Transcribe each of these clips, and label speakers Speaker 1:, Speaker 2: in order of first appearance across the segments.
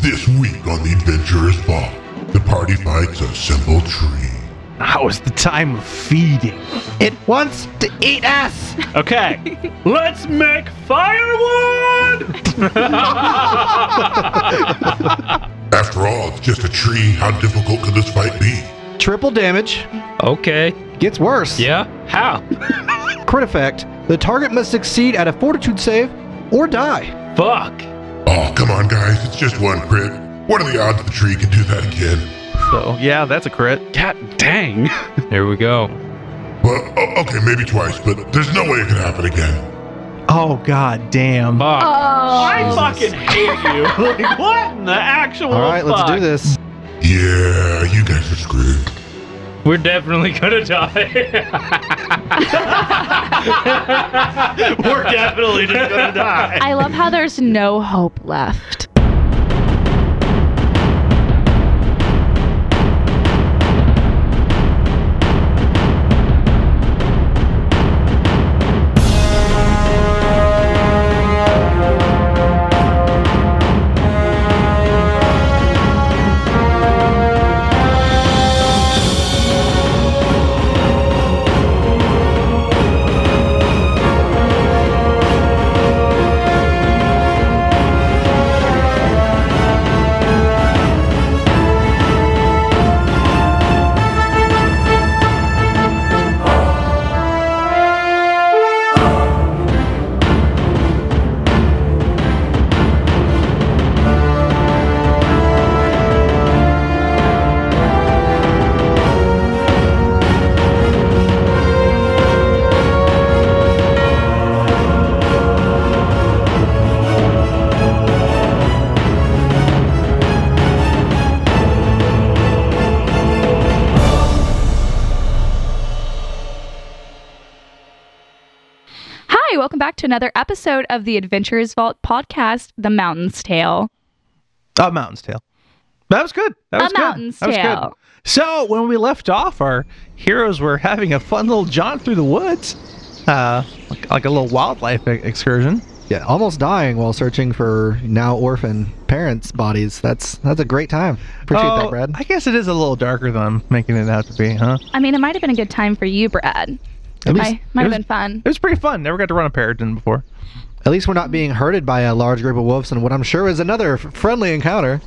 Speaker 1: This week on the Adventurer's Ball, the party finds a simple tree.
Speaker 2: Now is the time of feeding.
Speaker 3: It wants to eat us!
Speaker 2: Okay.
Speaker 4: Let's make firewood!
Speaker 1: After all, it's just a tree. How difficult could this fight be?
Speaker 3: Triple damage.
Speaker 5: Okay.
Speaker 3: Gets worse.
Speaker 5: Yeah. How?
Speaker 3: Crit effect. The target must succeed at a fortitude save or die.
Speaker 5: Fuck.
Speaker 1: Oh, come on, guys. It's just one crit. What are the odds the tree can do that again?
Speaker 5: So
Speaker 2: Yeah, that's a crit.
Speaker 4: God dang.
Speaker 5: here we go.
Speaker 1: Well, o- okay, maybe twice, but there's no way it could happen again.
Speaker 2: Oh god damn.
Speaker 5: Fuck.
Speaker 4: I
Speaker 6: Oh,
Speaker 4: fucking hate you. Like, what in the
Speaker 5: Oh,
Speaker 4: actual
Speaker 3: All right, let's do
Speaker 4: fuck?
Speaker 3: this.
Speaker 1: Yeah, you guys are screwed.
Speaker 5: We're definitely gonna die.
Speaker 4: We're definitely just gonna die.
Speaker 6: I love how there's no hope left. Hi, welcome back to another episode of the Adventurers Vault podcast, The Mountain's Tale.
Speaker 2: A mountain's tale. That was good. That
Speaker 6: A
Speaker 2: was good.
Speaker 6: mountain's
Speaker 2: that was
Speaker 6: tale.
Speaker 2: good. So when we left off, our heroes were having a fun little jaunt through the woods, uh, like, like a little wildlife e- excursion.
Speaker 3: Yeah, almost dying while searching for now orphan parents' bodies. That's that's a great time. Appreciate
Speaker 2: Oh,
Speaker 3: that, Brad.
Speaker 2: I guess it is a little darker than I'm making it out to be, huh?
Speaker 6: I mean, it might have been a good time for you, Brad.
Speaker 3: At least-
Speaker 6: Might, might
Speaker 2: it
Speaker 6: have
Speaker 2: was-
Speaker 6: been fun.
Speaker 2: It was pretty fun. Never got to run a Paragon before.
Speaker 3: At least we're not being herded by a large group of wolves in what I'm sure is another f- friendly encounter.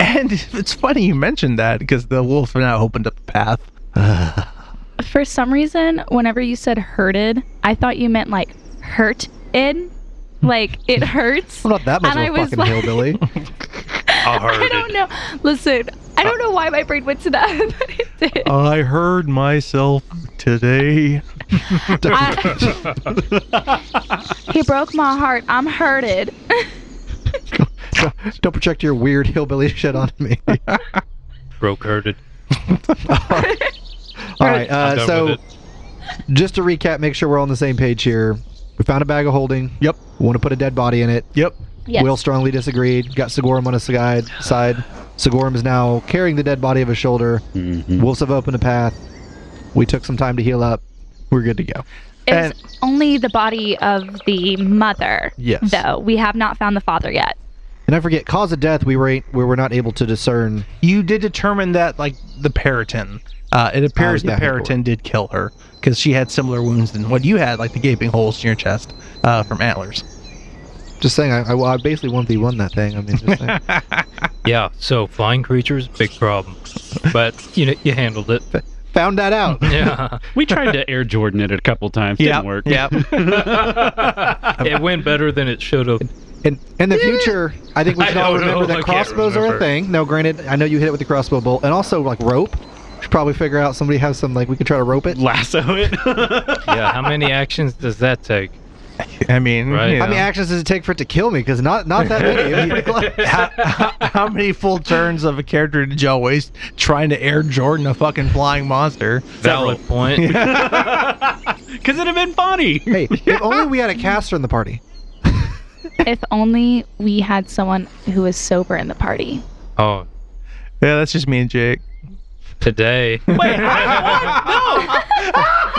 Speaker 2: And it's funny you mentioned that because the wolf now opened up the path.
Speaker 6: For some reason, whenever you said hurted, I thought you meant like hurt in, like it hurts.
Speaker 3: I'm not that much
Speaker 6: And I
Speaker 3: of a
Speaker 6: was
Speaker 3: fucking
Speaker 6: like-
Speaker 3: hillbilly.
Speaker 6: I don't know. Listen, I don't know why my brain went to that, but it did.
Speaker 2: I heard myself today.
Speaker 6: I- he broke my heart. I'm hurted.
Speaker 3: don't project your weird hillbilly shit on me.
Speaker 5: Broke herded.
Speaker 3: All right.
Speaker 5: I'm
Speaker 3: Uh,
Speaker 5: done
Speaker 3: so,
Speaker 5: with it.
Speaker 3: just to recap, make sure we're on the same page here. We found a bag of holding.
Speaker 2: Yep.
Speaker 3: We want to put a dead body in it.
Speaker 2: Yep.
Speaker 6: Yes.
Speaker 3: Will strongly disagreed. Got Sigorum on his side. Side. Sigorum is now carrying the dead body of his shoulder. Wolves have opened a path. We took some time to heal up. We're good to go.
Speaker 6: It
Speaker 2: and-
Speaker 6: was only the body of the mother.
Speaker 3: Yes.
Speaker 6: Though we have not found the father yet.
Speaker 3: And I forget cause of death. We were ain't- we were not able to discern.
Speaker 2: You did determine that, like, the Periton. Uh, it appears
Speaker 3: Oh, yeah,
Speaker 2: the Periton did kill her because she had similar wounds than what you had, like the gaping holes in your chest uh, from antlers.
Speaker 3: Just saying. I, I, I basically one v one that thing. I mean, just saying.
Speaker 5: Yeah. So flying creatures, big problem. But you know, you handled it.
Speaker 3: found that out.
Speaker 5: Yeah.
Speaker 4: We tried to air Jordan it a couple times. Didn't work.
Speaker 2: Yep.
Speaker 5: it went better than it should have.
Speaker 3: In, in the future, I think we
Speaker 5: I
Speaker 3: should all
Speaker 5: don't
Speaker 3: remember
Speaker 5: know. I
Speaker 3: that
Speaker 5: can't
Speaker 3: crossbows are a
Speaker 5: remember.
Speaker 3: thing. Now, granted, I know you hit it with the crossbow bolt, and also like rope. Should probably figure out somebody has some like we could try to rope it.
Speaker 4: Lasso it.
Speaker 5: Yeah. How many actions does that take?
Speaker 2: I mean,
Speaker 5: Right.
Speaker 2: you
Speaker 3: How many
Speaker 2: know.
Speaker 3: actions does it take for it to kill me? Because not not that many. It was pretty close.
Speaker 2: how, how- how many full turns of a character did y'all waste trying to air Jordan a fucking flying monster?
Speaker 5: Valid point.
Speaker 4: Because it'd have been funny.
Speaker 3: Hey, if only we had a caster in the party.
Speaker 6: if only we had someone who was sober in the party.
Speaker 5: Oh,
Speaker 2: Yeah, that's just me and Jake.
Speaker 5: today.
Speaker 4: Wait, I, what?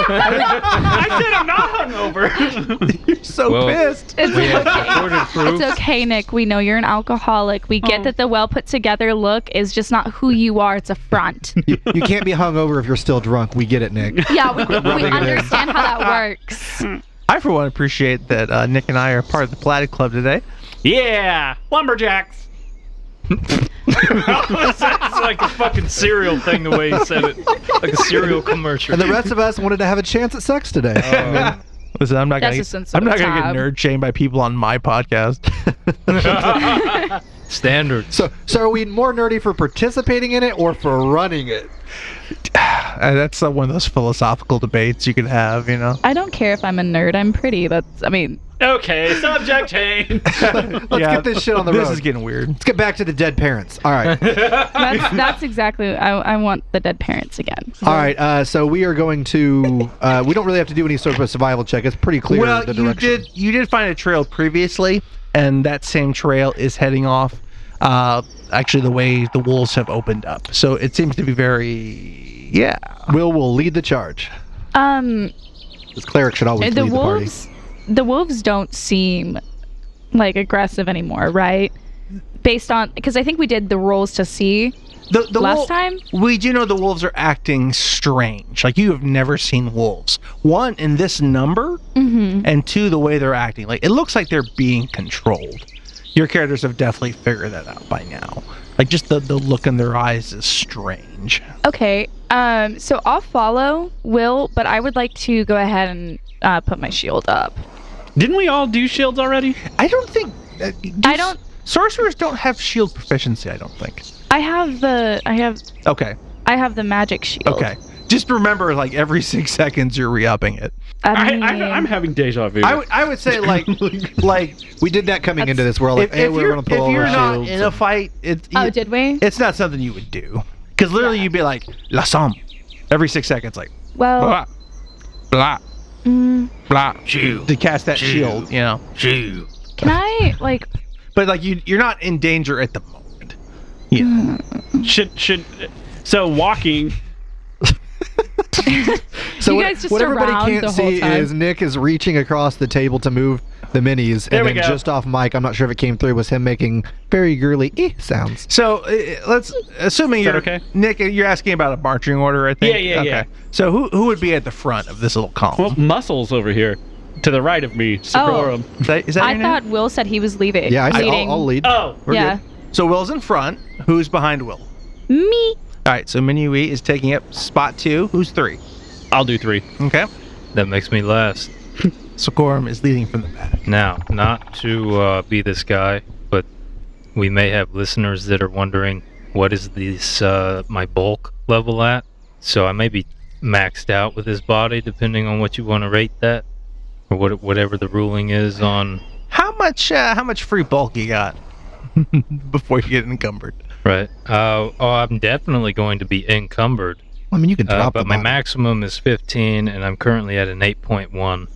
Speaker 4: I said I'm not hungover.
Speaker 2: so
Speaker 5: Well-
Speaker 2: Oh, pissed.
Speaker 6: It's
Speaker 5: We have
Speaker 6: okay.
Speaker 5: recorded proof.
Speaker 6: It's okay, Nick. We know you're an alcoholic. We get that the well put together look is just not who you are. It's a front.
Speaker 3: You, you can't be hungover if you're still drunk. We get it, Nick.
Speaker 6: Yeah, we, we
Speaker 3: it in.
Speaker 6: understand how that works.
Speaker 2: I, for one, appreciate that uh, Nick and I are part of the Plaid Club today.
Speaker 4: yeah, lumberjacks.
Speaker 5: That's like a fucking cereal thing the way he said it. Like a cereal commercial.
Speaker 3: And the rest of us wanted to have a chance at sex today.
Speaker 2: Uh, Listen, I'm not
Speaker 6: That's
Speaker 2: gonna.
Speaker 6: a sensitive
Speaker 2: I'm not gonna get
Speaker 6: tab.
Speaker 2: nerd shamed by people on my podcast.
Speaker 5: Standards.
Speaker 3: so, so are we more nerdy for participating in it or for running it?
Speaker 2: Uh, that's uh, one of those philosophical debates you could have, you know.
Speaker 6: I don't care if I'm a nerd. I'm pretty. That's. I mean,
Speaker 4: Okay, subject change.
Speaker 3: Let's get this shit on the
Speaker 2: this
Speaker 3: road.
Speaker 2: is getting weird.
Speaker 3: Let's get back to the dead parents. All right.
Speaker 6: that's, that's exactly. I, I want the dead parents again.
Speaker 3: All right. Uh, so we are going to. Uh, we don't really have to do any sort of a survival check. It's pretty clear
Speaker 2: well,
Speaker 3: the
Speaker 2: you
Speaker 3: direction.
Speaker 2: did you did find a trail previously, and that same trail is heading off. Uh, actually, the way the wolves have opened up, so it seems to be very yeah.
Speaker 3: Will will lead the charge.
Speaker 6: Um,
Speaker 3: This cleric should always
Speaker 6: the
Speaker 3: lead
Speaker 6: wolves the, wolves don't seem like aggressive anymore right based on because i think we did the rolls to see
Speaker 2: The, the
Speaker 6: Last
Speaker 2: wol-
Speaker 6: time?
Speaker 2: we do know the wolves are acting strange. Like you have never seen wolves. One in this number, and two the way they're acting. Like it looks like they're being controlled. Your characters have definitely figured that out by now. Like just the the look in their eyes is strange.
Speaker 6: okay um so i'll follow will but i would like to go ahead and uh, put my shield up
Speaker 4: Didn't we all do shields already?
Speaker 2: I don't think. Uh,
Speaker 6: I don't-
Speaker 2: Sorcerers don't have shield proficiency. I don't think.
Speaker 6: i have the i have
Speaker 2: Okay.
Speaker 6: i have the magic shield
Speaker 2: Okay. Just remember, like every six seconds, you're re-upping it.
Speaker 6: i,
Speaker 4: I,
Speaker 6: mean,
Speaker 4: I, I'm having deja vu.
Speaker 2: I would, I would say like, like
Speaker 3: party. We did that coming into this. We're all like,
Speaker 2: if,
Speaker 3: hey,
Speaker 2: if
Speaker 3: we're
Speaker 2: you're
Speaker 3: going
Speaker 2: if
Speaker 3: to pull all
Speaker 2: you're
Speaker 3: our
Speaker 2: not
Speaker 3: shields.
Speaker 2: in a fight, it's
Speaker 6: oh did we
Speaker 2: it's not something you would do because literally you'd be like la somme every six seconds, like
Speaker 6: well
Speaker 2: blah blah
Speaker 6: mm,
Speaker 2: blah to cast that shield, you know.
Speaker 6: can i like
Speaker 2: But like you, you're not in danger at the moment. Yeah.
Speaker 4: should should. So walking.
Speaker 3: so
Speaker 6: you
Speaker 3: what,
Speaker 6: guys just
Speaker 3: what everybody
Speaker 6: around
Speaker 3: can't
Speaker 6: the whole
Speaker 3: see
Speaker 6: time.
Speaker 3: is Nick is reaching across the table to move the minis,
Speaker 4: There
Speaker 3: and
Speaker 4: we
Speaker 3: then
Speaker 4: go.
Speaker 3: just off mic, I'm not sure if it came through, was him making very girly eh sounds.
Speaker 2: So uh, let's assuming
Speaker 4: Is that
Speaker 2: you're
Speaker 4: okay?
Speaker 2: Nick. You're asking about a marching order, I think.
Speaker 4: Yeah, yeah, yeah.
Speaker 2: So who who would be at the front of this little
Speaker 4: Well,
Speaker 2: column?
Speaker 4: muscles over here, to the right of me. Sigorum.
Speaker 2: is that, is that
Speaker 6: i
Speaker 2: your
Speaker 6: thought
Speaker 2: name?
Speaker 6: will said he was leaving
Speaker 3: Yeah, I see.
Speaker 6: leading.
Speaker 3: I'll, I'll lead.
Speaker 2: Uh,
Speaker 4: Oh.
Speaker 3: We're
Speaker 6: yeah
Speaker 3: good.
Speaker 2: So Will's in front. Who's behind Will?
Speaker 6: me
Speaker 2: All right. So Minui is taking up spot two. Who's three?
Speaker 4: I'll do three.
Speaker 2: Okay.
Speaker 5: That makes me last.
Speaker 2: So Gorm is leading from the back.
Speaker 5: Now, not to uh, be this guy, but we may have listeners that are wondering what is this uh, my bulk level at. So I may be maxed out with this body, depending on what you want to rate that, or what whatever the ruling is on.
Speaker 2: How much uh, how much free bulk you got before you get encumbered?
Speaker 5: Right. Uh, oh, I'm definitely going to be encumbered,
Speaker 3: I mean, you can
Speaker 5: uh,
Speaker 3: drop
Speaker 5: but
Speaker 3: the
Speaker 5: my
Speaker 3: bomb.
Speaker 5: maximum is 15, and I'm currently at an 8.1.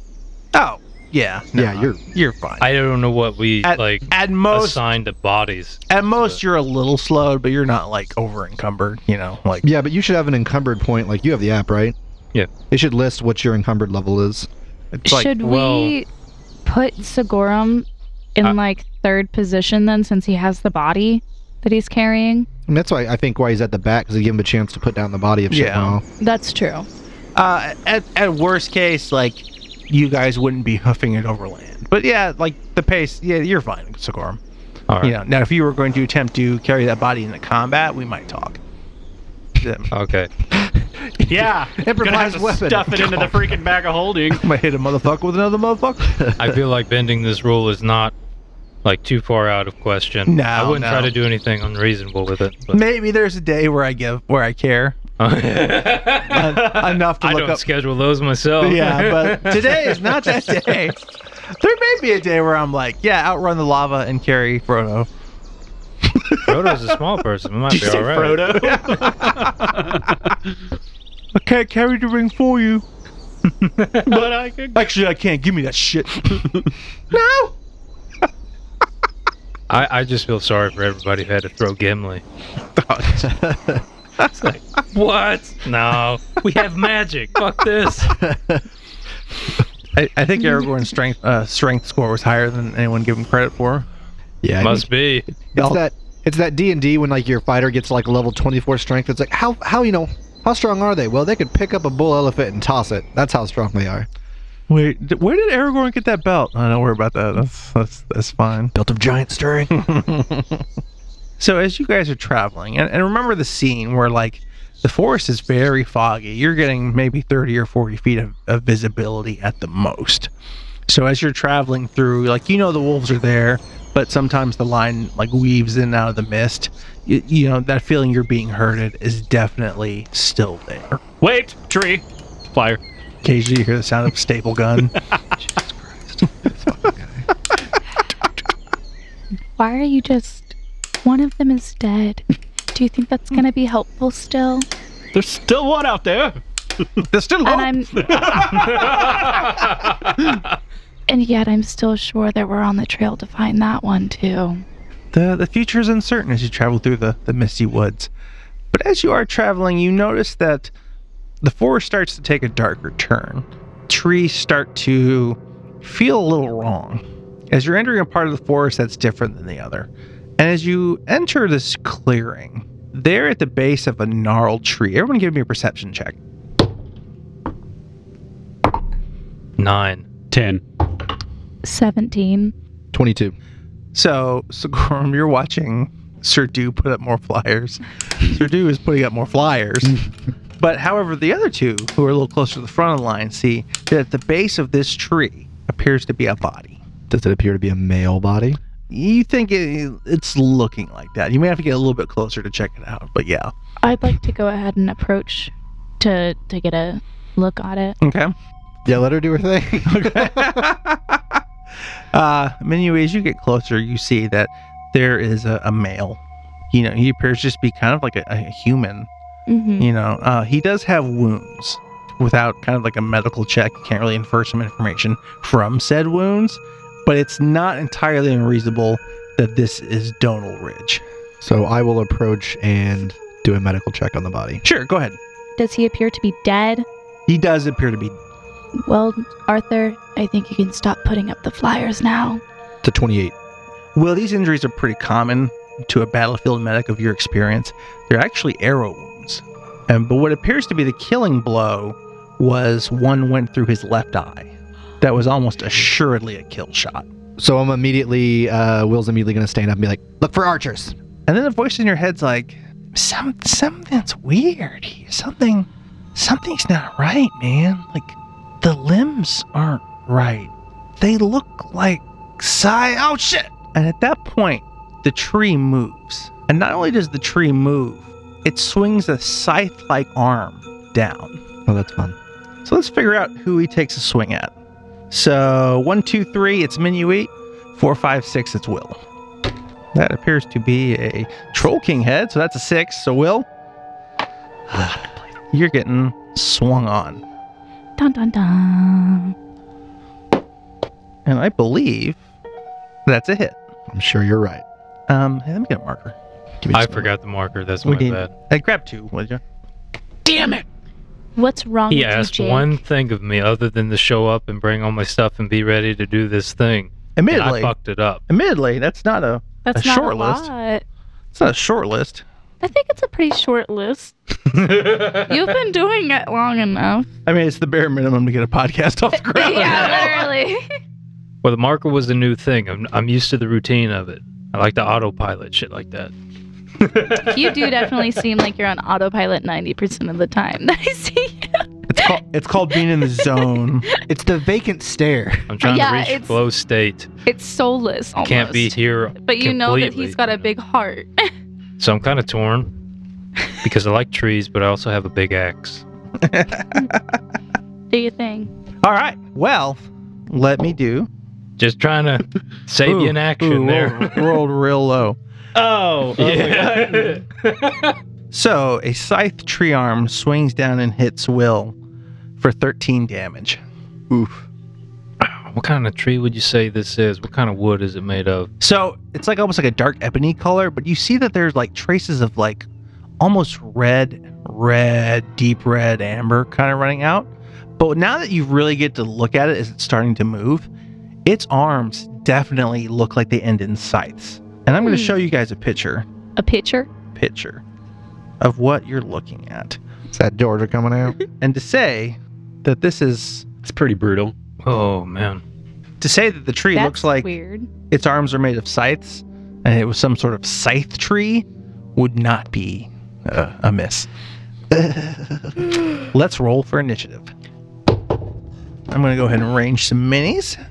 Speaker 2: Oh yeah.
Speaker 3: Yeah,
Speaker 2: nah,
Speaker 3: you're-
Speaker 2: you're fine.
Speaker 5: I don't know what we
Speaker 2: at,
Speaker 5: like
Speaker 2: at most
Speaker 5: assigned to bodies.
Speaker 2: at most you're a little slowed, but you're not like over encumbered. You know, like
Speaker 3: Yeah, but you should have an encumbered point. Like you have the app, right?
Speaker 5: Yeah.
Speaker 3: It should list what your encumbered level is.
Speaker 2: it's like
Speaker 6: Should
Speaker 5: well-
Speaker 6: we put Sigorum in
Speaker 5: I-
Speaker 6: like third position then, since he has the body that he's carrying?
Speaker 3: And that's why I think why he's at the back because they give him a chance to put down the body of shit.
Speaker 2: Yeah.
Speaker 3: and all.
Speaker 6: That's true.
Speaker 2: uh, at at worst case, like you guys wouldn't be hoofing it over land. But yeah, like the pace, yeah, you're fine, Sigorum.
Speaker 5: All right.
Speaker 2: You know, now if you were going to attempt to carry that body into combat, we might talk. Yeah,
Speaker 5: Okay.
Speaker 4: Yeah.
Speaker 3: Improvised
Speaker 4: Gonna have to
Speaker 3: weapon.
Speaker 4: Stuff it into the freaking bag of holding.
Speaker 2: might hit a motherfucker with another motherfucker.
Speaker 5: I feel like bending this rule is not like too far out of question.
Speaker 2: No,
Speaker 5: I wouldn't
Speaker 2: no.
Speaker 5: try to do anything unreasonable with it. But,
Speaker 2: Maybe there's a day where I give where I care en- enough to
Speaker 5: I
Speaker 2: look
Speaker 5: don't
Speaker 2: up.
Speaker 5: schedule those myself.
Speaker 2: Yeah, but today is not that day. There may be a day where I'm like, yeah, outrun the lava and carry Frodo.
Speaker 5: Frodo's a small person. It might be all right.
Speaker 4: Frodo.
Speaker 2: I can't carry the ring for you.
Speaker 4: but I could.
Speaker 2: Actually, I can't. Give me that shit. no.
Speaker 5: I, I just feel sorry for everybody who had to throw Gimli. It's like, what? No, we have magic. Fuck this.
Speaker 2: I, I think Aragorn's strength uh, strength score was higher than anyone gave him credit for.
Speaker 3: Yeah, I
Speaker 5: Must be.
Speaker 3: mean, it's that it's that D and D when like your fighter gets like level twenty four strength. It's like how how you know how strong are they? Well, they could pick up a bull elephant and toss it. That's how strong they are.
Speaker 2: Wait, d- where did Aragorn get that belt? I don't worry about that. That's that's that's fine.
Speaker 3: Built of giant stirring.
Speaker 2: So as you guys are traveling, and, and remember the scene where like the forest is very foggy. You're getting maybe 30 or 40 feet of, of visibility at the most. So as you're traveling through, like you know the wolves are there, but sometimes the line like weaves in and out of the mist. You, you know that feeling you're being herded is definitely still there.
Speaker 4: Wait, tree. Fire.
Speaker 2: Occasionally you hear the sound of a staple gun.
Speaker 6: Why are you just. One of them is dead. Do you think that's going to be helpful still?
Speaker 4: There's still one out there.
Speaker 2: There's still hope.
Speaker 6: And I'm. and yet I'm still sure that we're on the trail to find that one too.
Speaker 2: The, the future is uncertain as you travel through the, the misty woods. But as you are traveling, you notice that the forest starts to take a darker turn. Trees start to feel a little wrong as you're entering a part of the forest that's different than the other. And as you enter this clearing, there at the base of a gnarled tree, everyone give me a perception check.
Speaker 5: Nine.
Speaker 4: Ten.
Speaker 6: 17.
Speaker 3: Twenty two.
Speaker 2: So, Sigorum, you're watching Sir Do put up more flyers. Sir Do is putting up more flyers. but, however, the other two, who are a little closer to the front of the line, see that at the base of this tree appears to be a body.
Speaker 3: Does it appear to be a male body?
Speaker 2: You think it, it's looking like that. You may have to get a little bit closer to check it out, but yeah.
Speaker 6: I'd like to go ahead and approach to to get a look at it.
Speaker 2: Okay.
Speaker 3: Yeah, let her do her thing.
Speaker 2: Uh, Minu, as you get closer, you see that there is a, a male. You know, he appears just to be kind of like a, a human.
Speaker 6: Mm-hmm.
Speaker 2: You know, uh, he does have wounds. Without kind of like a medical check, you can't really infer some information from said wounds, but it's not entirely unreasonable that this is Donal Ridge.
Speaker 3: so I will approach and do a medical check on the body.
Speaker 2: Sure, go ahead.
Speaker 6: Does he appear to be dead?
Speaker 2: He does appear to be.
Speaker 6: Well, Arthur, I think you can stop putting up the flyers now.
Speaker 3: To twenty eight.
Speaker 2: Well, these injuries are pretty common to a battlefield medic of your experience. They're actually arrow wounds. And but what appears to be the killing blow was one went through his left eye. That was almost assuredly a kill shot.
Speaker 3: So I'm immediately uh, Will's immediately gonna stand up and be like, look for archers.
Speaker 2: And then a voice in your head's like, Some, something's weird here. Something, something's not right, man. Like, the limbs aren't right. They look like sigh. Oh, shit. And at that point, the tree moves. And not only does the tree move, it swings a scythe like arm down.
Speaker 3: Oh, that's fun.
Speaker 2: So let's figure out who he takes a swing at. So one, two, three, it's Minuit. Four, five, six, it's Will. That appears to be a Troll King head, so that's a six. So Will, you're getting swung on,
Speaker 6: Dun dun dun.
Speaker 2: and I believe that's a hit.
Speaker 3: I'm sure you're right.
Speaker 2: Um, hey, let me get a marker.
Speaker 3: Give me
Speaker 5: I
Speaker 3: just a moment.
Speaker 5: forgot the marker. That's
Speaker 2: We
Speaker 5: my
Speaker 2: need.
Speaker 5: bad.
Speaker 2: I grab two, would you?
Speaker 6: What's wrong
Speaker 5: He
Speaker 6: with
Speaker 5: asked
Speaker 6: you, Jake?
Speaker 5: one thing of me other than to show up and bring all my stuff and be ready to do this thing. And I
Speaker 2: Admittedly,
Speaker 5: fucked it up.
Speaker 2: admittedly, that's not a.
Speaker 6: That's
Speaker 2: a
Speaker 6: not
Speaker 2: short
Speaker 6: a
Speaker 2: list.
Speaker 6: lot.
Speaker 2: It's not a short list.
Speaker 6: I think it's a pretty short list. You've been doing it long enough.
Speaker 2: I mean, it's the bare minimum to get a podcast off the ground.
Speaker 6: yeah, literally.
Speaker 5: Well, the marker was a new thing. I'm, I'm used to the routine of it. I like to autopilot shit like that.
Speaker 6: you do definitely seem like you're on autopilot 90% of the time that I see you.
Speaker 2: It's called. It's called being in the zone.
Speaker 3: It's the vacant stare.
Speaker 5: I'm trying
Speaker 6: Yeah,
Speaker 5: to reach
Speaker 6: it's-
Speaker 5: flow state.
Speaker 6: It's soulless almost.
Speaker 5: Can't be here.
Speaker 6: But you know that
Speaker 5: completely,
Speaker 6: he's got
Speaker 5: you
Speaker 6: a
Speaker 5: know?
Speaker 6: big heart.
Speaker 5: So I'm kind of torn because I like trees, but I also have a big axe.
Speaker 6: do your thing.
Speaker 2: All right. Well, let me do.
Speaker 5: Just trying to save you
Speaker 2: Ooh,
Speaker 5: in action
Speaker 2: ooh,
Speaker 5: there.
Speaker 2: Rolled, rolled real low.
Speaker 4: Oh.
Speaker 5: Yeah.
Speaker 2: So a scythe tree arm swings down and hits Will for 13 damage.
Speaker 3: Oof.
Speaker 5: what kind of tree would you say this is? What kind of wood is it made of?
Speaker 2: So it's like almost like a dark ebony color, but you see that there's like traces of like almost red, red, deep red amber kind of running out. But now that you really get to look at it as it's starting to move, its arms definitely look like they end in scythes. And I'm going to
Speaker 6: Hmm.
Speaker 2: show you guys a picture,
Speaker 6: A pitcher?
Speaker 2: picture of what you're looking at.
Speaker 3: Is that Georgia coming out?
Speaker 2: And to say that this is
Speaker 7: It's pretty brutal.
Speaker 5: Oh man.
Speaker 2: to say that the tree
Speaker 6: That's
Speaker 2: looks like
Speaker 6: weird.
Speaker 2: its arms are made of scythes and it was some sort of scythe tree would not be uh, a miss. Let's roll for initiative. I'm going to go ahead and range some minis.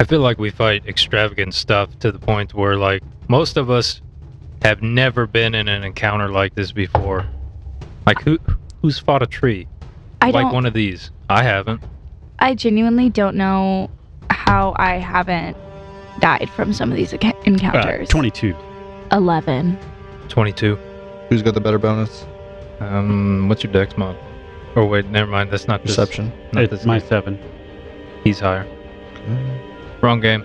Speaker 5: I feel like we fight extravagant stuff to the point where like most of us have never been in an encounter like this before. Like who who's fought a tree?
Speaker 6: I
Speaker 5: like
Speaker 6: don't.
Speaker 5: one of these. I haven't.
Speaker 6: I genuinely don't know how I haven't died from some of these enca-
Speaker 7: Uh,
Speaker 6: encounters.
Speaker 7: 22.
Speaker 6: Eleven.
Speaker 5: Twenty two.
Speaker 3: Who's got the better bonus?
Speaker 5: Um what's your dex mod? Oh wait, never mind, that's not this-
Speaker 3: Perception.
Speaker 5: not
Speaker 7: It's
Speaker 5: this
Speaker 7: my
Speaker 5: guy.
Speaker 7: seven.
Speaker 5: he's higher. Wrong game.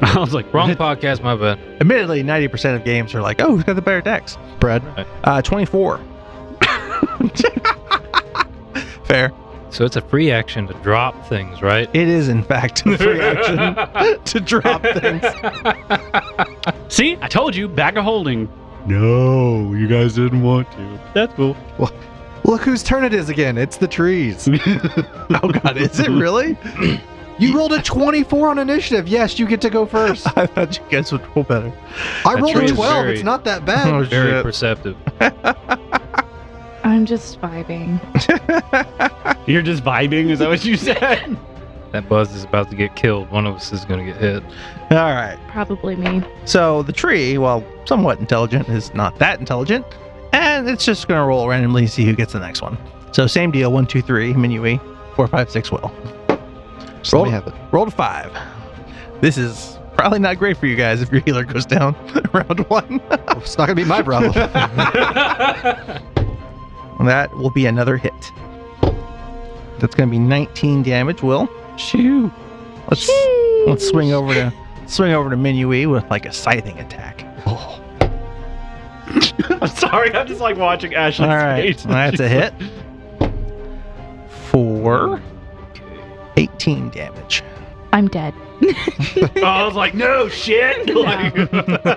Speaker 7: I was like,
Speaker 5: Wrong
Speaker 7: what?
Speaker 5: podcast, my bad.
Speaker 2: Admittedly, 90% of games are like, oh, who's got the better decks?
Speaker 3: Brad.
Speaker 2: Uh, 24. Fair.
Speaker 5: So it's a free action to drop things, right?
Speaker 2: It is, in fact, a free action to drop things.
Speaker 4: See, I told you, bag of holding.
Speaker 7: No, you guys didn't want to. That's cool.
Speaker 3: Look whose turn it is again. It's the trees.
Speaker 2: Oh, God, is it really?
Speaker 3: You rolled a 24 on initiative. Yes, you get to go first.
Speaker 2: I thought you guys would roll better.
Speaker 3: I
Speaker 5: That
Speaker 3: rolled
Speaker 5: tree
Speaker 3: a
Speaker 5: is
Speaker 3: 12.
Speaker 5: very-
Speaker 3: It's not that
Speaker 2: Oh,
Speaker 3: bad.
Speaker 5: Very perceptive.
Speaker 6: I'm just vibing.
Speaker 7: You're just vibing? Is that what you said?
Speaker 5: That buzz is about to get killed. One of us is going to get hit.
Speaker 2: All right.
Speaker 6: Probably me.
Speaker 2: So the tree, while somewhat intelligent, is not that intelligent, and it's just gonna roll randomly and see who gets the next one. So same deal, one, two, three, Minui, four, five, six, Will.
Speaker 3: Just
Speaker 2: Roll,
Speaker 3: let me have it.
Speaker 2: roll to five. This is probably not great for you guys if your healer goes down round one.
Speaker 3: It's not going to be my problem.
Speaker 2: That will be another hit. That's gonna be 19 damage, Will. Shoo. Let's let's swing over to swing over to Minui with like a scything attack.
Speaker 4: I'm sorry, I'm just like watching Ashley's
Speaker 2: All right,
Speaker 4: face.
Speaker 2: that's a hit. Four. 18 damage.
Speaker 6: I'm dead.
Speaker 4: I was like, no shit. Like-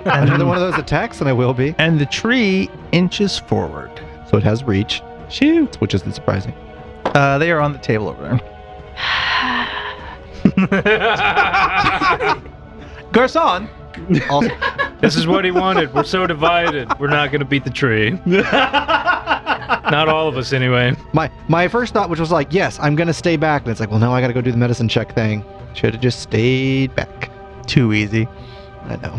Speaker 3: Another one of those attacks, and I will be.
Speaker 2: And the tree inches forward.
Speaker 3: So it has reach. Shoot. Which isn't surprising.
Speaker 2: Uh, they are on the table over there. Garcon! Also,
Speaker 5: This is what he wanted. We're so divided. We're not going to beat the tree. not all of us, anyway.
Speaker 3: My my first thought, which was like, yes, I'm gonna stay back, but it's like, well, no, I gotta go do the medicine check thing. Should have just stayed back.
Speaker 2: too easy.
Speaker 3: I know.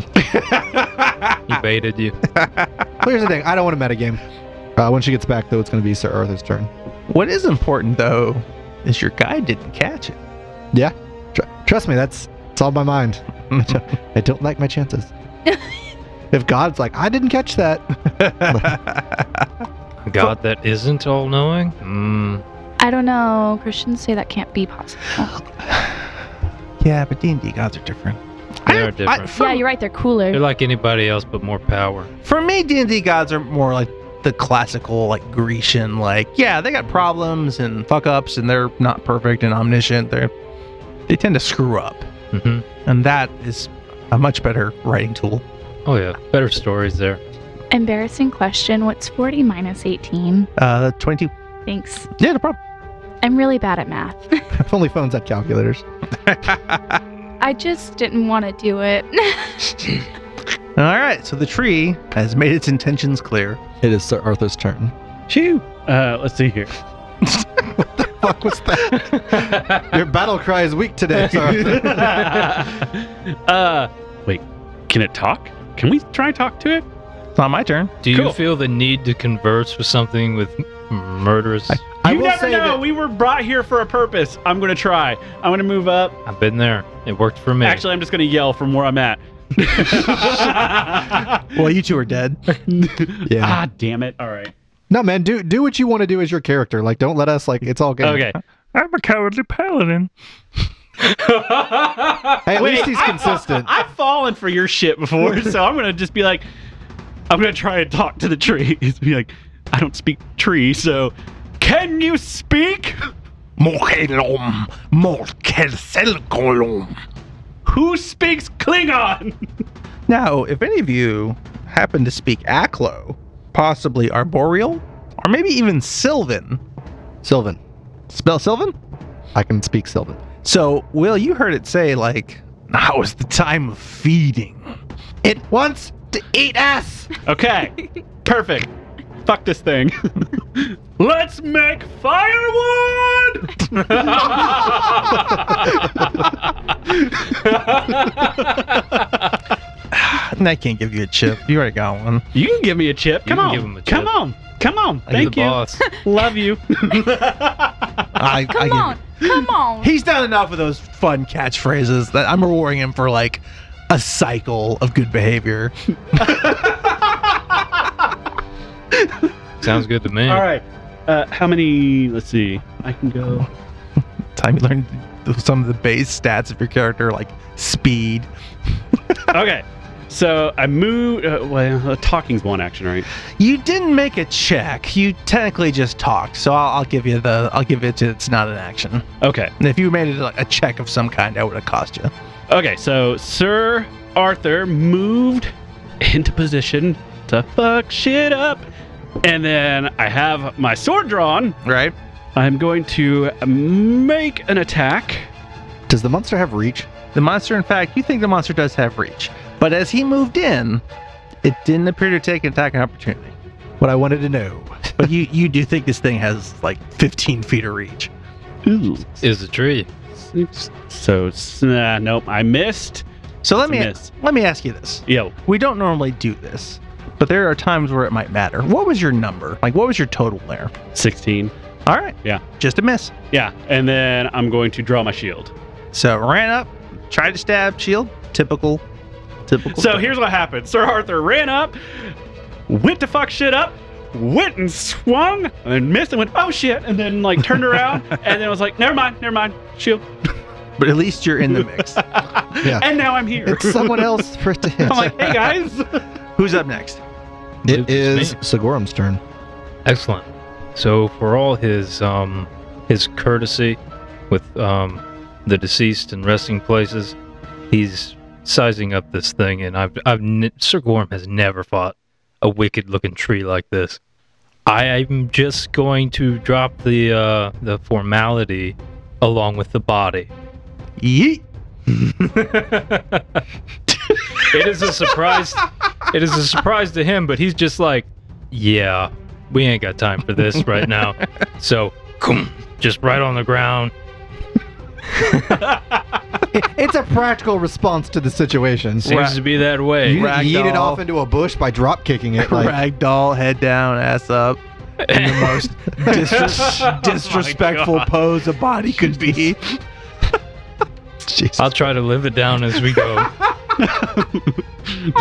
Speaker 5: He baited you.
Speaker 3: But here's the thing, I don't want to metagame. Uh, when she gets back, though, it's gonna be Sir Arthur's turn.
Speaker 2: What is important, though, is your guy didn't catch it.
Speaker 3: Tr- trust me, that's it's all my mind. I don't like my chances. if God's like, I didn't catch that,
Speaker 5: A God that isn't all knowing? Mm,
Speaker 6: I don't know. Christians say that can't be possible.
Speaker 2: yeah, but D&D gods are different.
Speaker 5: they are different.
Speaker 2: for,
Speaker 6: yeah, you're right. They're cooler.
Speaker 5: They're like anybody else, but more power.
Speaker 2: for me, D&D gods are more like the classical, like Grecian, like, yeah, they got problems and fuck-ups, and they're not perfect and omniscient. They're, they tend to screw up.
Speaker 5: hmm
Speaker 2: And that is a much better writing tool.
Speaker 5: Oh, yeah. Better stories there.
Speaker 6: Embarrassing question. What's 40 minus 18?
Speaker 2: Uh, 22.
Speaker 6: Thanks.
Speaker 2: Yeah, no problem.
Speaker 6: I'm really bad at math.
Speaker 3: if only phones had calculators.
Speaker 6: I just didn't want to do it.
Speaker 2: All right, so the tree has made its intentions clear.
Speaker 3: It is Sir Arthur's turn.
Speaker 7: Shoo. Uh, let's see here.
Speaker 3: Fuck was that? Your battle cry is weak today, Sir Arthur.
Speaker 7: uh, wait, can it talk? Can we try and talk to it?
Speaker 2: It's not my turn.
Speaker 5: Do you
Speaker 7: Cool.
Speaker 5: feel the need to converse with something with murderous? I,
Speaker 3: I
Speaker 4: you
Speaker 3: will
Speaker 4: never
Speaker 3: say
Speaker 4: know.
Speaker 3: that-
Speaker 4: We were brought here for a purpose. I'm gonna try. I'm gonna move up.
Speaker 5: have been there. It worked for me.
Speaker 4: Actually, I'm just gonna yell from where I'm at.
Speaker 2: Well, you two are dead.
Speaker 3: Yeah.
Speaker 7: Ah, damn it. All right.
Speaker 3: No, man, do do what you want to do as your character. Like, don't let us like it's all good.
Speaker 7: Okay.
Speaker 5: I'm a cowardly paladin.
Speaker 3: Hey, at
Speaker 4: Wait,
Speaker 3: least he's
Speaker 4: I've-
Speaker 3: consistent.
Speaker 4: I've fallen for your shit before, so I'm gonna just be like,
Speaker 7: I'm gonna try and talk to the tree. It's be like, I don't speak tree, so can you speak?
Speaker 2: Mokelom, Mokelselkolom.
Speaker 7: Who speaks Klingon?
Speaker 2: Now, if any of you happen to speak Aklo, possibly Arboreal, or maybe even Sylvan,
Speaker 3: Sylvan.
Speaker 2: spell Sylvan?
Speaker 3: I can speak Sylvan.
Speaker 2: So, Will, you heard it say, like, now is the time of feeding. It wants to eat us!
Speaker 7: Okay, perfect. Fuck this thing. Let's make firewood.
Speaker 2: And I can't give you a chip. You already got one.
Speaker 7: You can give me a chip.
Speaker 5: You
Speaker 7: Come
Speaker 5: can
Speaker 7: on.
Speaker 5: give him a
Speaker 7: Come
Speaker 5: chip.
Speaker 7: on. Come on.
Speaker 5: You're
Speaker 7: Thank
Speaker 5: the
Speaker 7: you.
Speaker 5: boss.
Speaker 7: Love you.
Speaker 2: I, I
Speaker 6: Come
Speaker 2: give
Speaker 6: on, come on.
Speaker 2: He's done enough of those fun catchphrases that I'm rewarding him for like a cycle of good behavior.
Speaker 5: Sounds good to me.
Speaker 7: All right. Uh, how many? Let's see. I can go.
Speaker 2: Time you learn some of the base stats of your character, like speed.
Speaker 7: okay. So I move. Uh, well, uh, talking's one action, right?
Speaker 2: You didn't make a check. You technically just talked, so I'll, I'll give you the. I'll give it to. It's not an action.
Speaker 7: Okay.
Speaker 2: And if you made it like a check of some kind, I would have cost you.
Speaker 7: Okay. So Sir Arthur moved into position to fuck shit up, and then I have my sword drawn.
Speaker 2: Right?
Speaker 7: I'm going to make an attack.
Speaker 3: Does the monster have reach?
Speaker 2: The monster, in fact, you think the monster does have reach, but as he moved in, it didn't appear to take an attack opportunity.
Speaker 3: What I wanted to know.
Speaker 2: But you you do think this thing has like 15 feet of reach.
Speaker 7: Ooh.
Speaker 5: Is the tree.
Speaker 7: So s- nah, nope, I missed.
Speaker 2: So let
Speaker 7: It's a
Speaker 2: me
Speaker 7: miss.
Speaker 2: let me ask you this.
Speaker 7: Yo,
Speaker 2: We don't normally do this, but there are times where it might matter. What was your number? Like what was your total there?
Speaker 7: sixteen.
Speaker 2: All right.
Speaker 7: Yeah.
Speaker 2: Just a miss.
Speaker 7: Yeah, and then I'm going to draw my shield.
Speaker 2: So ran up, tried to stab shield, typical typical.
Speaker 7: So
Speaker 2: thing.
Speaker 7: here's what happened. Sir Arthur ran up, went to fuck shit up, went and swung, and then missed and went, oh shit, and then like turned around and then was like, never mind, never mind, shield.
Speaker 2: but at least you're in the mix.
Speaker 3: Yeah.
Speaker 7: And now I'm here.
Speaker 3: It's someone else for it to hit.
Speaker 7: I'm like, hey guys.
Speaker 2: Who's up next?
Speaker 3: it
Speaker 5: It's
Speaker 3: is
Speaker 5: me.
Speaker 3: Sigorum's turn.
Speaker 5: Excellent. So for all his um his courtesy with um the deceased and resting places, he's sizing up this thing, and I've I've n- Sir Gorm has never fought a wicked looking tree like this. I am just going to drop the uh, the formality along with the body.
Speaker 2: Yeet.
Speaker 5: It is a surprise. it is a surprise to him, but he's just like, yeah, we ain't got time for this right now. So, boom, just right on the ground.
Speaker 3: it's a practical response to the situation.
Speaker 5: Seems to be that way.
Speaker 3: You didn't yeet it
Speaker 2: Ragdoll.
Speaker 3: off into a bush by drop kicking it. Like,
Speaker 2: Ragdoll, head down, ass up. In the most
Speaker 3: Oh
Speaker 2: disres- disrespectful pose a body could be.
Speaker 5: I'll try to live it down as we go.
Speaker 7: He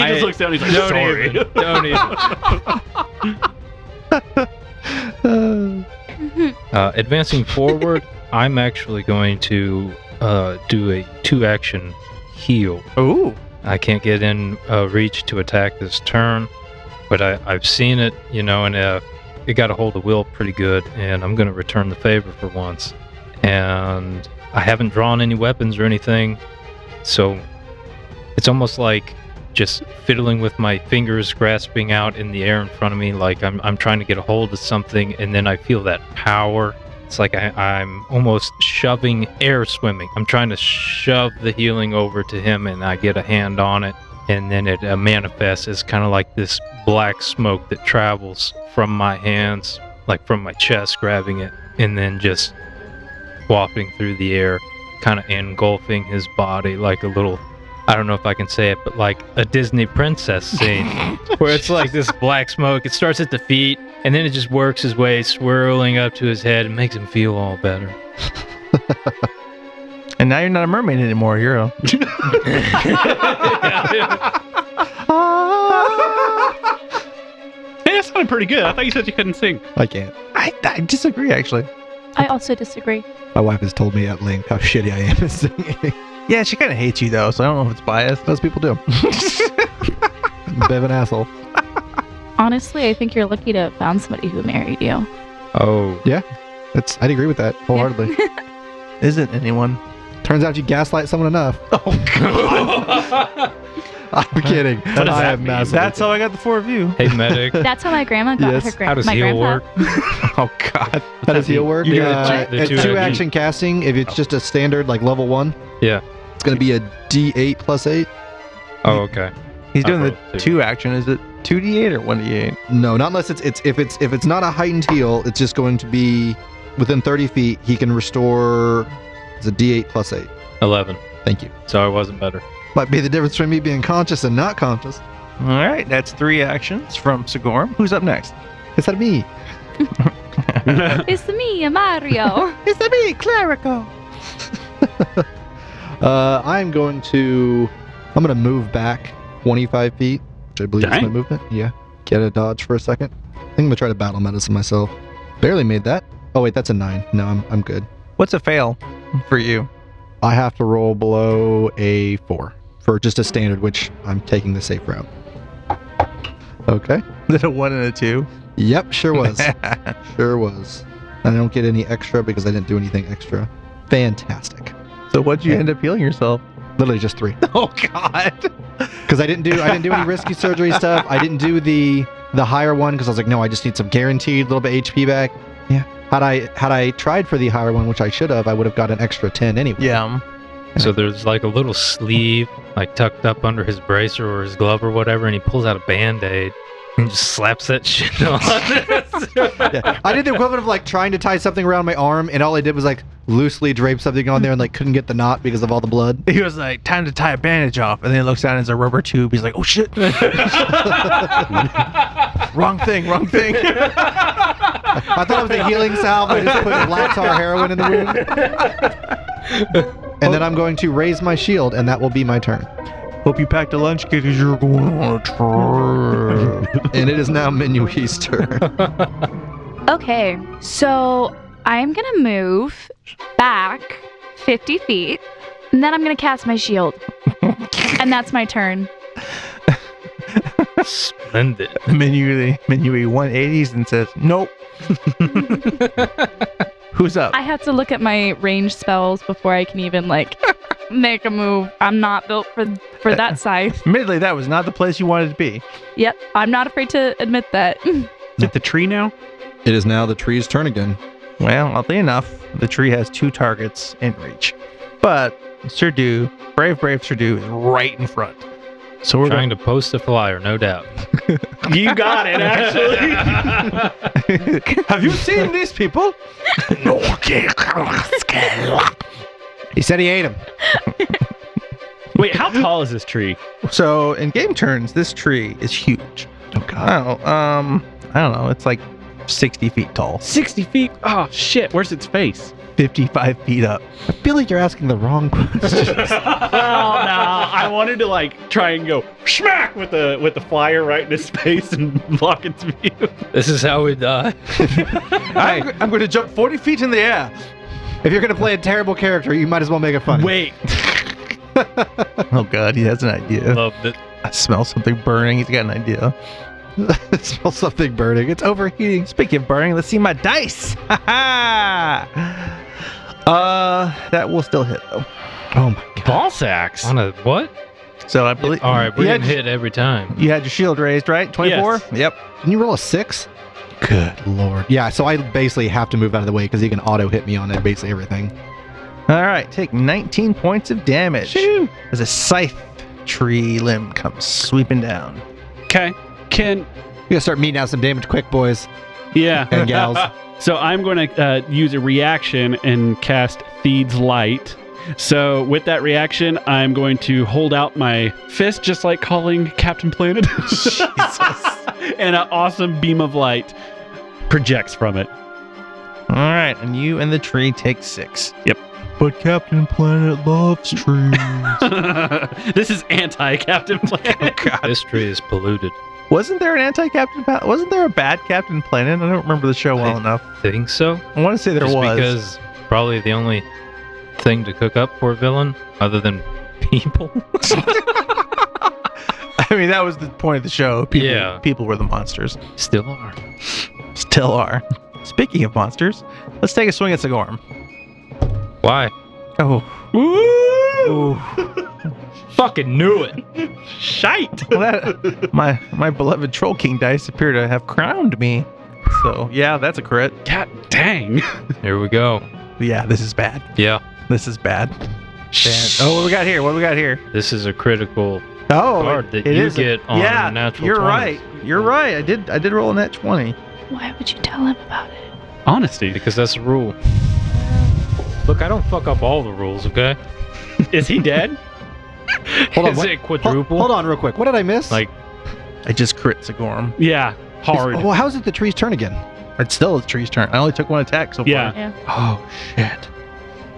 Speaker 5: I-
Speaker 7: just looks down, he's like,
Speaker 5: Don't
Speaker 7: sorry.
Speaker 5: even. Don't even. Uh, advancing forward, I'm actually going to uh, do a two action heal.
Speaker 2: Ooh.
Speaker 5: I can't get in uh, reach to attack this turn, but I, I've seen it, you know, and uh, it got a hold of Will pretty good, and I'm going to return the favor for once. And I haven't drawn any weapons or anything, so it's almost like just fiddling with my fingers grasping out in the air in front of me like i'm, I'm trying to get a hold of something and then i feel that power it's like I, i'm almost shoving air swimming i'm trying to shove the healing over to him and i get a hand on it and then it uh, manifests as kind of like this black smoke that travels from my hands like from my chest grabbing it and then just wafting through the air kind of engulfing his body like a little I don't know if I can say it, but like a Disney princess scene where it's like this black smoke. It starts at the feet and then it just works his way, swirling up to his head and makes him feel all better.
Speaker 2: And now you're not a mermaid anymore. You're a
Speaker 7: Hey, that sounded pretty good. I thought you said you couldn't sing.
Speaker 3: I can't.
Speaker 2: I, I disagree, actually.
Speaker 6: I also disagree.
Speaker 3: My wife has told me at length how shitty I am at singing.
Speaker 2: Yeah, she kind of hates you, though, so I don't know if it's biased.
Speaker 3: Those people do. Bev an asshole.
Speaker 6: Honestly, I think you're lucky to have found somebody who married you.
Speaker 5: Oh,
Speaker 3: That's I'd agree with that wholeheartedly.
Speaker 2: Isn't anyone?
Speaker 3: Turns out you gaslight someone enough.
Speaker 2: Oh
Speaker 3: I'm kidding.
Speaker 7: does that
Speaker 3: I am
Speaker 7: mean?
Speaker 3: massive.
Speaker 2: That's how I got the four of you.
Speaker 5: hey medic,
Speaker 6: That's how my grandma got
Speaker 3: Yes.
Speaker 6: her
Speaker 5: how
Speaker 6: grandma.
Speaker 5: does
Speaker 6: My
Speaker 5: heal
Speaker 6: grandpa.
Speaker 5: work?
Speaker 2: Oh god.
Speaker 3: How does heal work?
Speaker 5: You
Speaker 3: Yeah,
Speaker 5: gotta check the
Speaker 3: at
Speaker 5: two
Speaker 3: Uh, two
Speaker 5: again.
Speaker 3: action casting, if it's just a standard like level one,
Speaker 5: Yeah.
Speaker 3: it's gonna be a D8 plus eight.
Speaker 5: Oh, okay.
Speaker 2: He's
Speaker 5: I
Speaker 2: doing the
Speaker 5: rolled two.
Speaker 2: two action. Is it two D eight or one D eight?
Speaker 3: No, not unless it's it's if it's if it's not a heightened heal, it's just going to be within 30 feet. He can restore. It's a D8 plus eight.
Speaker 5: Eleven.
Speaker 3: Thank you.
Speaker 5: So I wasn't better.
Speaker 3: Might be the difference between me being conscious and not conscious.
Speaker 2: Alright, that's three actions from Sigorum. Who's up next?
Speaker 3: Is that me?
Speaker 6: It's me, Mario.
Speaker 2: Is that me, Clerico?
Speaker 3: Uh, I'm going to. I'm going to move back 25 feet, which I believe is my
Speaker 7: Dang.
Speaker 3: movement. Yeah. Get a dodge for a second. I think I'm going to try to battle medicine myself. Barely made that. Oh, wait, that's a nine. No, I'm, I'm good.
Speaker 2: What's a fail for you?
Speaker 3: I have to roll below a four for just a standard, which I'm taking the safe route. Okay.
Speaker 2: Is it a one and a two?
Speaker 3: Yep, sure was. sure was. I don't get any extra because I didn't do anything extra. Fantastic.
Speaker 2: so what'd you end up healing yourself?
Speaker 3: Literally just three.
Speaker 2: Oh god.
Speaker 3: because I didn't do I didn't do any risky surgery stuff. I didn't do the the higher one because I was like, no, I just need some guaranteed little bit HP back. Yeah. Had I had I tried for the higher one, which I should have, I would have got an extra ten anyway.
Speaker 2: Yeah.
Speaker 5: So there's like a little sleeve, like tucked up under his bracer or his glove or whatever, and he pulls out a band aid and just slaps that shit on.
Speaker 3: Yeah. I did the equivalent of like trying to tie something around my arm, and all I did was like loosely drape something on there and like couldn't get the knot because of all the blood.
Speaker 2: He was like, time to tie a bandage off. And then he looks down and it's a rubber tube. He's like, oh shit. wrong thing, wrong thing.
Speaker 3: I thought it was a healing salve. I just put black tar heroin in the wound. And then I'm going to raise my shield, and that will be my turn.
Speaker 2: Hope you packed a lunch kid because you're going on a trip.
Speaker 3: And it is now Minui's turn.
Speaker 6: okay, so I'm gonna move back 50 feet, and then I'm gonna cast my shield, and that's my turn.
Speaker 5: Splendid.
Speaker 2: Menu, menu 180s and says, nope. Who's up?
Speaker 6: I have to look at my range spells before I can even like make a move. I'm not built for for that size.
Speaker 2: Admittedly, that was not the place you wanted to be.
Speaker 6: Yep, I'm not afraid to admit that.
Speaker 7: Is it the tree now?
Speaker 3: It is now the tree's turn again.
Speaker 2: Well, oddly enough, the tree has two targets in reach. But Sirdu, Brave Brave Sirdu is right in front. So we're
Speaker 5: Trying to post a flyer, no doubt.
Speaker 7: You got it, actually.
Speaker 2: Have you seen these people?
Speaker 3: He said he ate him.
Speaker 7: Wait, how tall is this tree?
Speaker 2: So in game turns, this tree is huge. Oh god. um, I don't know. It's like 60 feet tall,
Speaker 7: 60 feet. Oh, shit. Where's its face?
Speaker 2: 55 feet up.
Speaker 3: I feel like you're asking the wrong question.
Speaker 7: Oh, no. I wanted to, like, try and go smack with the with the flyer right in his face and block its view.
Speaker 5: This is how we die.
Speaker 2: I'm, I'm going to jump 40 feet in the air.
Speaker 3: if you're gonna play a terrible character, you might as well make it funny.
Speaker 7: Wait.
Speaker 2: Oh god, he has an idea.
Speaker 5: Loved it.
Speaker 2: I smell something burning. He's got an idea.
Speaker 3: it smells something burning. It's overheating.
Speaker 2: Speaking of burning, let's see my dice. Ha ha. Uh, that will still hit though.
Speaker 3: Oh my!
Speaker 7: Ball sacks.
Speaker 5: On a what?
Speaker 2: So I believe.
Speaker 5: All right, we're
Speaker 2: you had,
Speaker 5: getting hit every time.
Speaker 2: You had your shield raised, right? 24. Yep.
Speaker 3: Can you roll a six? Good lord. Yeah. So I basically have to move out of the way because he can auto hit me on it, basically everything.
Speaker 2: All right, take 19 points of damage as a scythe tree limb comes sweeping down.
Speaker 7: Okay. Can.
Speaker 3: We gotta start meeting out some damage quick, boys
Speaker 7: Yeah.
Speaker 3: and gals.
Speaker 7: So I'm going to uh, use a reaction and cast Thieves Light. So with that reaction, I'm going to hold out my fist, just like calling Captain Planet. and an awesome beam of light projects from it.
Speaker 2: All right, and you and the tree take six.
Speaker 8: But Captain Planet loves trees.
Speaker 7: this is anti-Captain Planet.
Speaker 5: This tree is polluted.
Speaker 2: Wasn't there an anti-captain? Pa- wasn't there a bad Captain Planet? I don't remember the show well
Speaker 5: I-
Speaker 2: enough.
Speaker 5: Think so?
Speaker 2: I want to say there
Speaker 5: Just
Speaker 2: was.
Speaker 5: because probably the only thing to cook up for a villain, other than people.
Speaker 2: I mean, that was the point of the show. People,
Speaker 5: Yeah.
Speaker 2: people were the monsters.
Speaker 5: Still are.
Speaker 2: Still are. Speaking of monsters, let's take a swing at Sigorm.
Speaker 5: Why?
Speaker 2: Oh. Ooh.
Speaker 5: Fucking knew it.
Speaker 4: Shite.
Speaker 2: Well, that, my my beloved Troll King dice appear to have crowned me. So yeah, that's a crit.
Speaker 7: God dang.
Speaker 5: Here we go.
Speaker 2: Yeah, this is bad.
Speaker 5: Yeah.
Speaker 2: This is bad. Bad. Oh, what do we got here? What do we got here?
Speaker 5: This is a critical
Speaker 2: Oh,
Speaker 5: card that you
Speaker 2: a-
Speaker 5: get on
Speaker 2: yeah,
Speaker 5: a natural
Speaker 2: you're
Speaker 5: 20.
Speaker 2: right. You're right. I did. I did roll a net twenty.
Speaker 6: Why would you tell him about it?
Speaker 7: Honesty.
Speaker 5: Because that's a rule. Look, I don't fuck up all the rules, okay?
Speaker 7: Is he dead?
Speaker 3: Hold on,
Speaker 5: is
Speaker 3: what-
Speaker 5: it
Speaker 3: Hol-
Speaker 5: quadruple?
Speaker 3: Hold on, real quick. What did I miss?
Speaker 5: Like,
Speaker 2: I just crit Sigorm.
Speaker 7: yeah. Hard.
Speaker 3: Oh, Well, how's it the tree's turn again?
Speaker 2: It's still a tree's turn. I only took one attack so far.
Speaker 7: Yeah.
Speaker 2: Oh shit.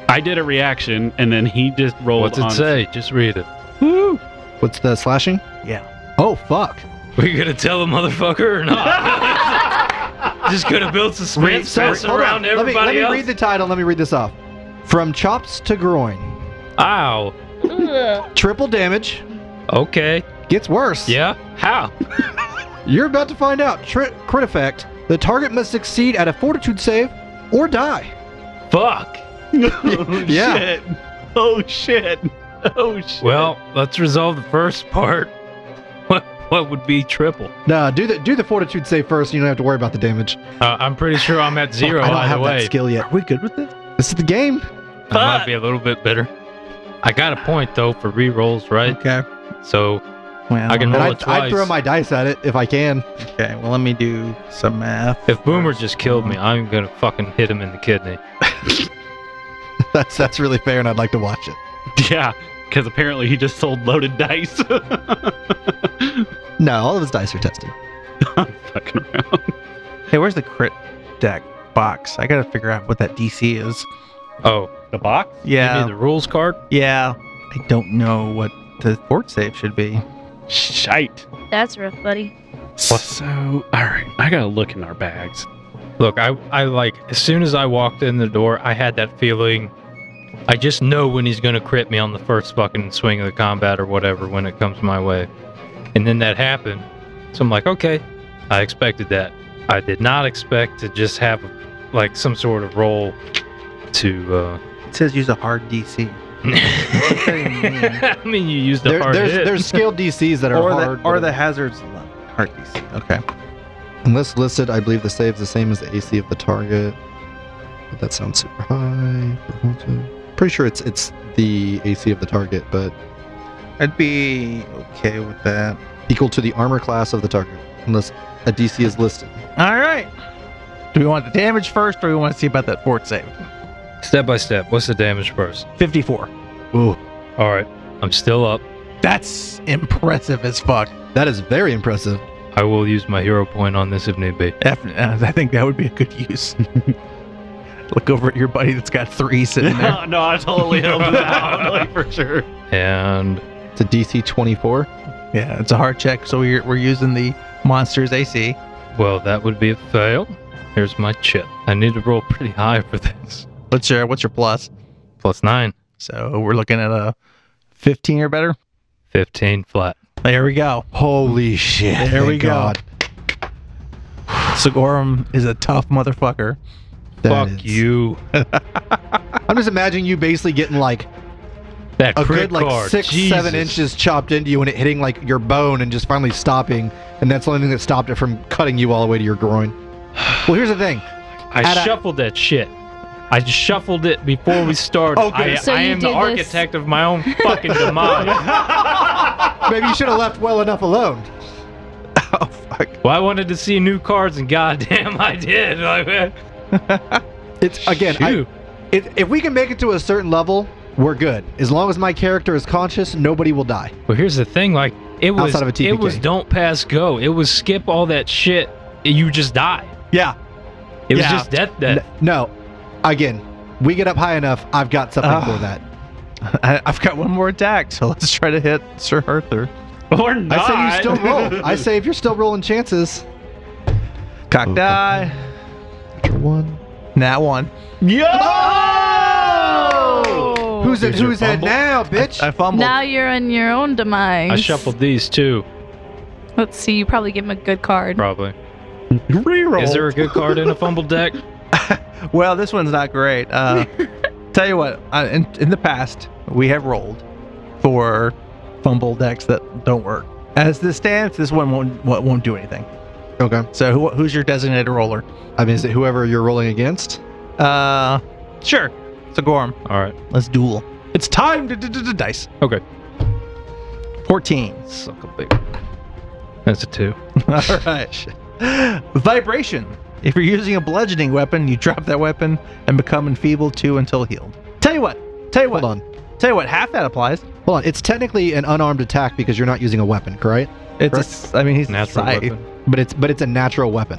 Speaker 7: I did a reaction and then he just rolled
Speaker 5: What's it
Speaker 7: on-
Speaker 5: say? Just read it.
Speaker 3: What's the slashing?
Speaker 2: Yeah.
Speaker 3: Oh fuck.
Speaker 5: We gonna tell the motherfucker or not? Just gonna build suspense,
Speaker 3: So,
Speaker 5: mess
Speaker 3: hold
Speaker 5: around
Speaker 3: on. Let me,
Speaker 5: everybody
Speaker 3: let me
Speaker 5: else.
Speaker 3: read the title. Let me read this off. From chops to groin,
Speaker 5: Ow.
Speaker 3: triple damage
Speaker 5: Okay.
Speaker 3: gets worse.
Speaker 5: Yeah. How?
Speaker 3: You're about to find out. Tri- crit effect. The target must succeed at a fortitude save or die.
Speaker 5: Fuck.
Speaker 4: oh,
Speaker 3: Yeah.
Speaker 4: Shit. Oh shit. Oh shit.
Speaker 5: Well, let's resolve the first part. What what would be triple?
Speaker 3: Nah, do the do the fortitude save first. You don't have to worry about the damage.
Speaker 5: Uh, I'm pretty sure I'm at zero
Speaker 3: I don't
Speaker 5: either
Speaker 3: have
Speaker 5: way.
Speaker 3: that skill yet.
Speaker 2: Are we good with this?
Speaker 3: This is the game.
Speaker 5: I might be a little bit better. I got a point though for re rolls, right?
Speaker 2: Okay.
Speaker 5: So
Speaker 2: Well,
Speaker 5: I can
Speaker 3: And
Speaker 5: roll
Speaker 3: I,
Speaker 5: it
Speaker 3: I throw
Speaker 5: twice.
Speaker 3: my dice at it if I can.
Speaker 2: Okay. Well, let me do some math.
Speaker 5: if Boomer just killed me, I'm gonna fucking hit him in the kidney.
Speaker 3: That's that's really fair, and I'd like to watch it.
Speaker 7: Yeah. Because apparently he just sold loaded dice.
Speaker 3: No, all of his dice are tested.
Speaker 7: Fucking around.
Speaker 2: Hey, where's the crit deck box? I gotta figure out what that DC is.
Speaker 5: Oh,
Speaker 7: The box?
Speaker 5: you
Speaker 2: Yeah.
Speaker 5: mean the rules card?
Speaker 2: Yeah. I don't know what the fort save should be.
Speaker 7: Shite.
Speaker 6: That's rough, buddy.
Speaker 7: So, all right. I got to look in our bags.
Speaker 5: Look, I, I like as soon as I walked in the door, I had that feeling. I just know when he's gonna crit me on the first fucking swing of the combat or whatever when it comes my way, and then that happened. So I'm like, okay, I expected that. I did not expect to just have like some sort of roll to. uh
Speaker 2: It says use a hard DC.
Speaker 5: I mean, you used the
Speaker 3: There-
Speaker 5: hard
Speaker 3: there's
Speaker 5: hit.
Speaker 3: there's skill DCs that are
Speaker 2: or
Speaker 3: hard.
Speaker 2: the or
Speaker 3: but-
Speaker 2: the hazards level. Hard DC. Okay.
Speaker 3: Unless listed, I believe the save's the same as the AC of the target. But that sounds super high. Pretty sure it's it's the AC of the target, but
Speaker 2: I'd be okay with that.
Speaker 3: equal to the armor class of the target, unless a DC is listed.
Speaker 2: All right. Do we want the damage first, or we want to see about that fort save?
Speaker 5: step by step. What's the damage first?
Speaker 2: Fifty-four.
Speaker 5: All right, I'm still up.
Speaker 2: That's impressive as fuck.
Speaker 3: That is very impressive.
Speaker 5: I will use my hero point on this if need be.
Speaker 2: Def- uh, I think that would be a good use. Look over at your buddy that's got three sitting there.
Speaker 7: no, I totally helped him out. Like, for sure.
Speaker 5: And
Speaker 3: It's a DC 24.
Speaker 2: yeah, it's a hard check, so we're, we're using the monster's AC.
Speaker 5: Well, that would be a fail. Here's my chip. I need to roll pretty high for this.
Speaker 2: Let's share. What's your plus?
Speaker 5: Plus nine.
Speaker 2: So we're looking at a 15 or better.
Speaker 5: 15 flat.
Speaker 2: There we go.
Speaker 3: Holy shit!
Speaker 2: There we go. Sigorum is a tough motherfucker.
Speaker 3: That
Speaker 5: Fuck
Speaker 3: is-
Speaker 5: you.
Speaker 3: I'm just imagining you basically getting like
Speaker 5: That
Speaker 3: a
Speaker 5: crit
Speaker 3: good like
Speaker 5: card.
Speaker 3: six,
Speaker 5: Jesus.
Speaker 3: seven inches chopped into you, and it hitting like your bone, and just finally stopping, and that's the only thing that stopped it from cutting you all the way to your groin. Well, here's the thing.
Speaker 5: I
Speaker 3: at a-
Speaker 5: shuffled that shit. I just shuffled it before we started.
Speaker 6: Okay.
Speaker 5: I,
Speaker 6: So
Speaker 5: I
Speaker 6: you
Speaker 5: am the
Speaker 6: did this-
Speaker 5: architect of my own fucking demise.
Speaker 3: Maybe you should have left well enough alone.
Speaker 2: Oh, fuck.
Speaker 5: well, I wanted to see new cards, and goddamn, I did. Like, eh,
Speaker 3: It's again, I,
Speaker 5: shoot.
Speaker 3: if, if we can make it to a certain level, we're good. As long as my character is conscious, nobody will die.
Speaker 5: Well, here's the thing. Like, it was,
Speaker 3: Outside of a
Speaker 5: it was
Speaker 3: TPK.
Speaker 5: don't pass go. It was skip all that shit. You just die.
Speaker 3: Yeah.
Speaker 5: It was
Speaker 2: Yeah.
Speaker 5: just death. Death.
Speaker 3: N- no. Again, we get up high enough. I've got something
Speaker 2: Ah.
Speaker 3: for that.
Speaker 2: I, I've got one more attack, so let's try to hit Sir Arthur.
Speaker 7: Or not.
Speaker 3: I say you still roll. I say if you're still rolling chances.
Speaker 2: Cocked eye.
Speaker 3: One.
Speaker 2: Nat one.
Speaker 3: Who's in
Speaker 5: Here's your
Speaker 3: whose head
Speaker 5: fumble.
Speaker 3: now, bitch?
Speaker 2: I fumbled.
Speaker 6: Now you're on your own demise.
Speaker 5: I shuffled these too.
Speaker 6: Let's see. You probably give him a good card.
Speaker 5: Probably.
Speaker 7: Reroll.
Speaker 5: Is there a good card in a fumble deck?
Speaker 2: Well, this one's not great. Uh, tell you what, I, in, in the past, we have rolled for fumble decks that don't work. As this stands, this one won't won't won't do anything.
Speaker 3: Okay.
Speaker 2: So who, who's your designated roller?
Speaker 3: I mean, is it whoever you're rolling against?
Speaker 2: Uh, sure. It's a Gorm.
Speaker 5: All right.
Speaker 2: Let's duel. It's time to d- d- d- dice.
Speaker 5: Okay.
Speaker 2: 14.
Speaker 5: Suck a big. That's a two.
Speaker 2: All right. Vibration. If you're using a bludgeoning weapon, you drop that weapon and become enfeebled two until healed. Tell you what. Tell you what.
Speaker 3: Hold on.
Speaker 2: Tell you what. Half that applies.
Speaker 3: Hold on. It's technically an unarmed attack because you're not using a weapon, correct?
Speaker 2: It's. a s- I mean, he's
Speaker 5: Natural
Speaker 2: scythe.
Speaker 5: weapon.
Speaker 3: But it's but it's a natural weapon.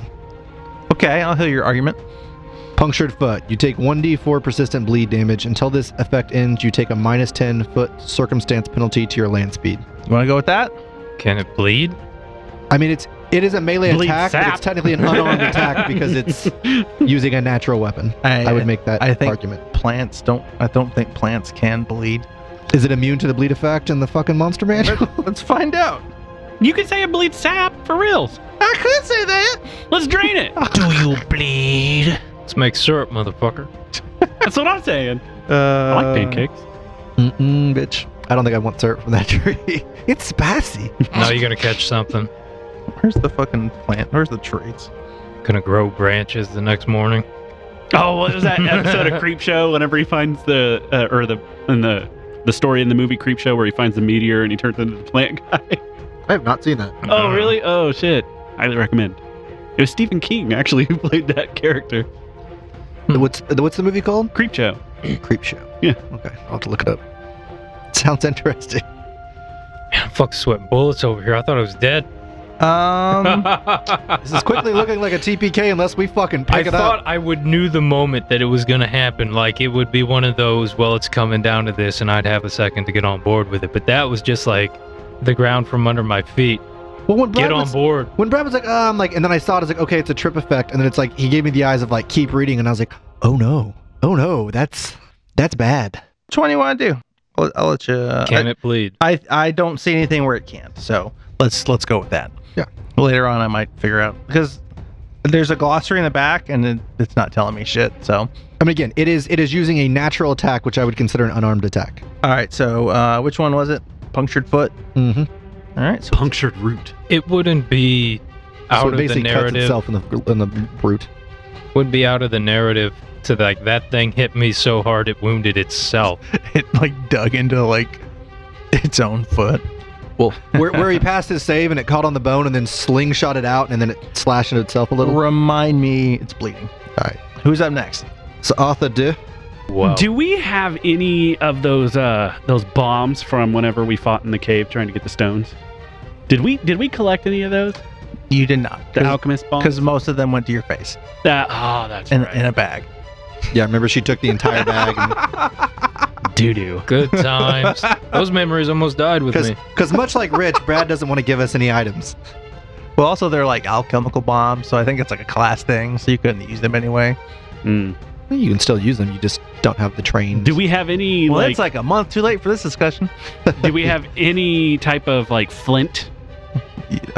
Speaker 2: Okay, I'll hear your argument.
Speaker 3: Punctured foot. You take 1d4 persistent bleed damage. Until this effect ends, you take a minus 10 foot circumstance penalty to your land speed.
Speaker 2: You want to go with that?
Speaker 5: Can it bleed?
Speaker 3: I mean, it's it is a melee
Speaker 7: Bleed
Speaker 3: attack, but
Speaker 7: sap.
Speaker 3: it's technically an unarmed attack because it's using a natural weapon.
Speaker 2: I,
Speaker 3: I would make that
Speaker 2: I think-
Speaker 3: argument.
Speaker 2: plants don't. I don't think plants can bleed.
Speaker 3: Is it immune to the bleed effect in the fucking monster manual?
Speaker 2: Let's find out.
Speaker 7: You can say it bleeds sap for reals.
Speaker 2: I could say that.
Speaker 7: Let's drain it.
Speaker 5: Let's make syrup, motherfucker.
Speaker 7: That's what I'm saying.
Speaker 2: Uh,
Speaker 7: I like pancakes.
Speaker 3: Mm-mm, bitch. I don't think I want syrup from that tree.
Speaker 2: It's spicy.
Speaker 5: Now you're gonna catch something.
Speaker 2: Where's the fucking plant? Where's the trees?
Speaker 5: Gonna grow branches the next morning.
Speaker 7: Oh, what was that episode of Creep Show? Whenever he finds the uh, or the in the the story in the movie Creep Show where he finds the meteor and he turns into the plant guy.
Speaker 3: I have not seen that.
Speaker 5: Mm.
Speaker 7: Oh, really? Oh shit! Highly recommend. It was Stephen King actually who played that character.
Speaker 3: What's what's the movie called?
Speaker 7: Creep Show.
Speaker 3: Creep Show.
Speaker 7: Yeah.
Speaker 3: Okay, I'll have to look it up. Sounds interesting.
Speaker 5: Man, I'm fucking sweating bullets over here. I thought I was dead.
Speaker 2: Um,
Speaker 3: This is quickly looking like a TPK unless we fucking Mm-hmm. pick
Speaker 5: I
Speaker 3: it
Speaker 5: thought
Speaker 3: up.
Speaker 5: I would knew the moment that it was gonna happen. Like it would be one of those, well, it's coming down to this, and I'd have a second to get on board with it. But that was just like the ground from under my feet.
Speaker 3: Well, when Brad
Speaker 5: Get on
Speaker 3: was-
Speaker 5: board.
Speaker 3: When Brad was like, uh, I'm like, and then I saw it, I was like, okay, it's a trip effect, and then it's like he gave me the eyes of like, keep reading, and I was like, oh no, oh no, that's that's bad.
Speaker 2: which one do you want to do? I'll, I'll let you.
Speaker 3: Uh,
Speaker 2: uh,
Speaker 5: Can it bleed?
Speaker 2: I, I I don't see anything where it can't. So let's let's go with that.
Speaker 3: Yeah.
Speaker 2: Later on, I might figure out because there's a glossary in the back and it, it's not telling me shit. So
Speaker 3: I mean, again, it is it is using a natural attack, which I would consider an unarmed attack.
Speaker 2: all right. So uh, which one was it? Punctured foot.
Speaker 3: Mm-hmm.
Speaker 2: All right. So
Speaker 7: Punctured root.
Speaker 5: It wouldn't be out
Speaker 3: so it
Speaker 5: of the
Speaker 3: basically cuts
Speaker 5: narrative.
Speaker 3: itself in the in the root.
Speaker 5: Would be out of the narrative to like that thing hit me so hard it wounded itself.
Speaker 2: it like dug into like its own foot.
Speaker 3: Well, where, where he passed his save and it caught on the bone and then slingshot it out and then it slashed into itself a little.
Speaker 2: Remind me, it's bleeding.
Speaker 3: All right.
Speaker 2: Who's up next?
Speaker 3: So Arthur de
Speaker 5: Wow.
Speaker 7: Do we have any of those uh those bombs from whenever we fought in the cave trying to get the stones? Did we did we collect any of those?
Speaker 2: You did not.
Speaker 7: The alchemist bombs.
Speaker 2: Because most of them went to your face
Speaker 7: that oh that's
Speaker 2: in,
Speaker 7: right.
Speaker 2: in a bag.
Speaker 3: Yeah, remember she took the entire bag and-
Speaker 7: doo doo.
Speaker 5: Good times. Those memories almost died with me.
Speaker 3: because much like Rich, Brad doesn't want to give us any items.
Speaker 2: Well, also they're like alchemical bombs, so I think it's like a class thing, so you couldn't use them anyway.
Speaker 3: You can still use them, you just don't have the train.
Speaker 7: hmm. Do we have any
Speaker 2: Well,
Speaker 7: like,
Speaker 2: it's like a month too late for this discussion.
Speaker 7: do we have any type of like flint?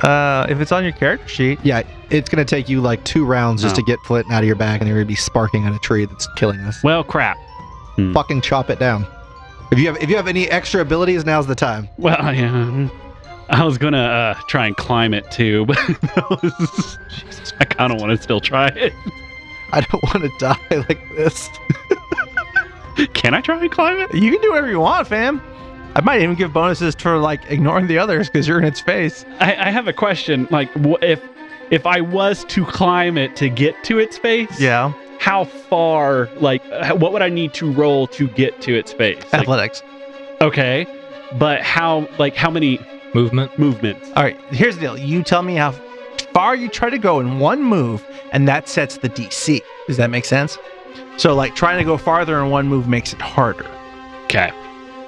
Speaker 2: Uh, if it's on your character sheet,
Speaker 3: Yeah, it's gonna take you like two rounds just
Speaker 7: Oh.
Speaker 3: to get Flint out of your bag, and you're gonna be sparking on a tree that's killing us.
Speaker 7: Well crap.
Speaker 3: Fucking chop it down. If you have if you have any extra abilities, now's the time.
Speaker 7: Well yeah. I was gonna uh, try and climb it too, but that was, I kind of want to still try it.
Speaker 3: I don't want to die like this.
Speaker 7: Can I try and climb it?
Speaker 2: you can do whatever you want, fam. I might even give bonuses for like ignoring the others because you're in its face.
Speaker 7: I, I have a question. Like, wh- if if I was to climb it to get to its face,
Speaker 2: Yeah,
Speaker 7: how far? Like, h- what would I need to roll to get to its face? Like,
Speaker 2: athletics.
Speaker 7: okay, but how? Like, how many
Speaker 5: Movement.
Speaker 7: movements?
Speaker 2: All right, here's the deal. You tell me how far you try to go in one move, and that sets the DC. Does that make sense? So like trying to go farther in one move makes it harder,
Speaker 7: Okay.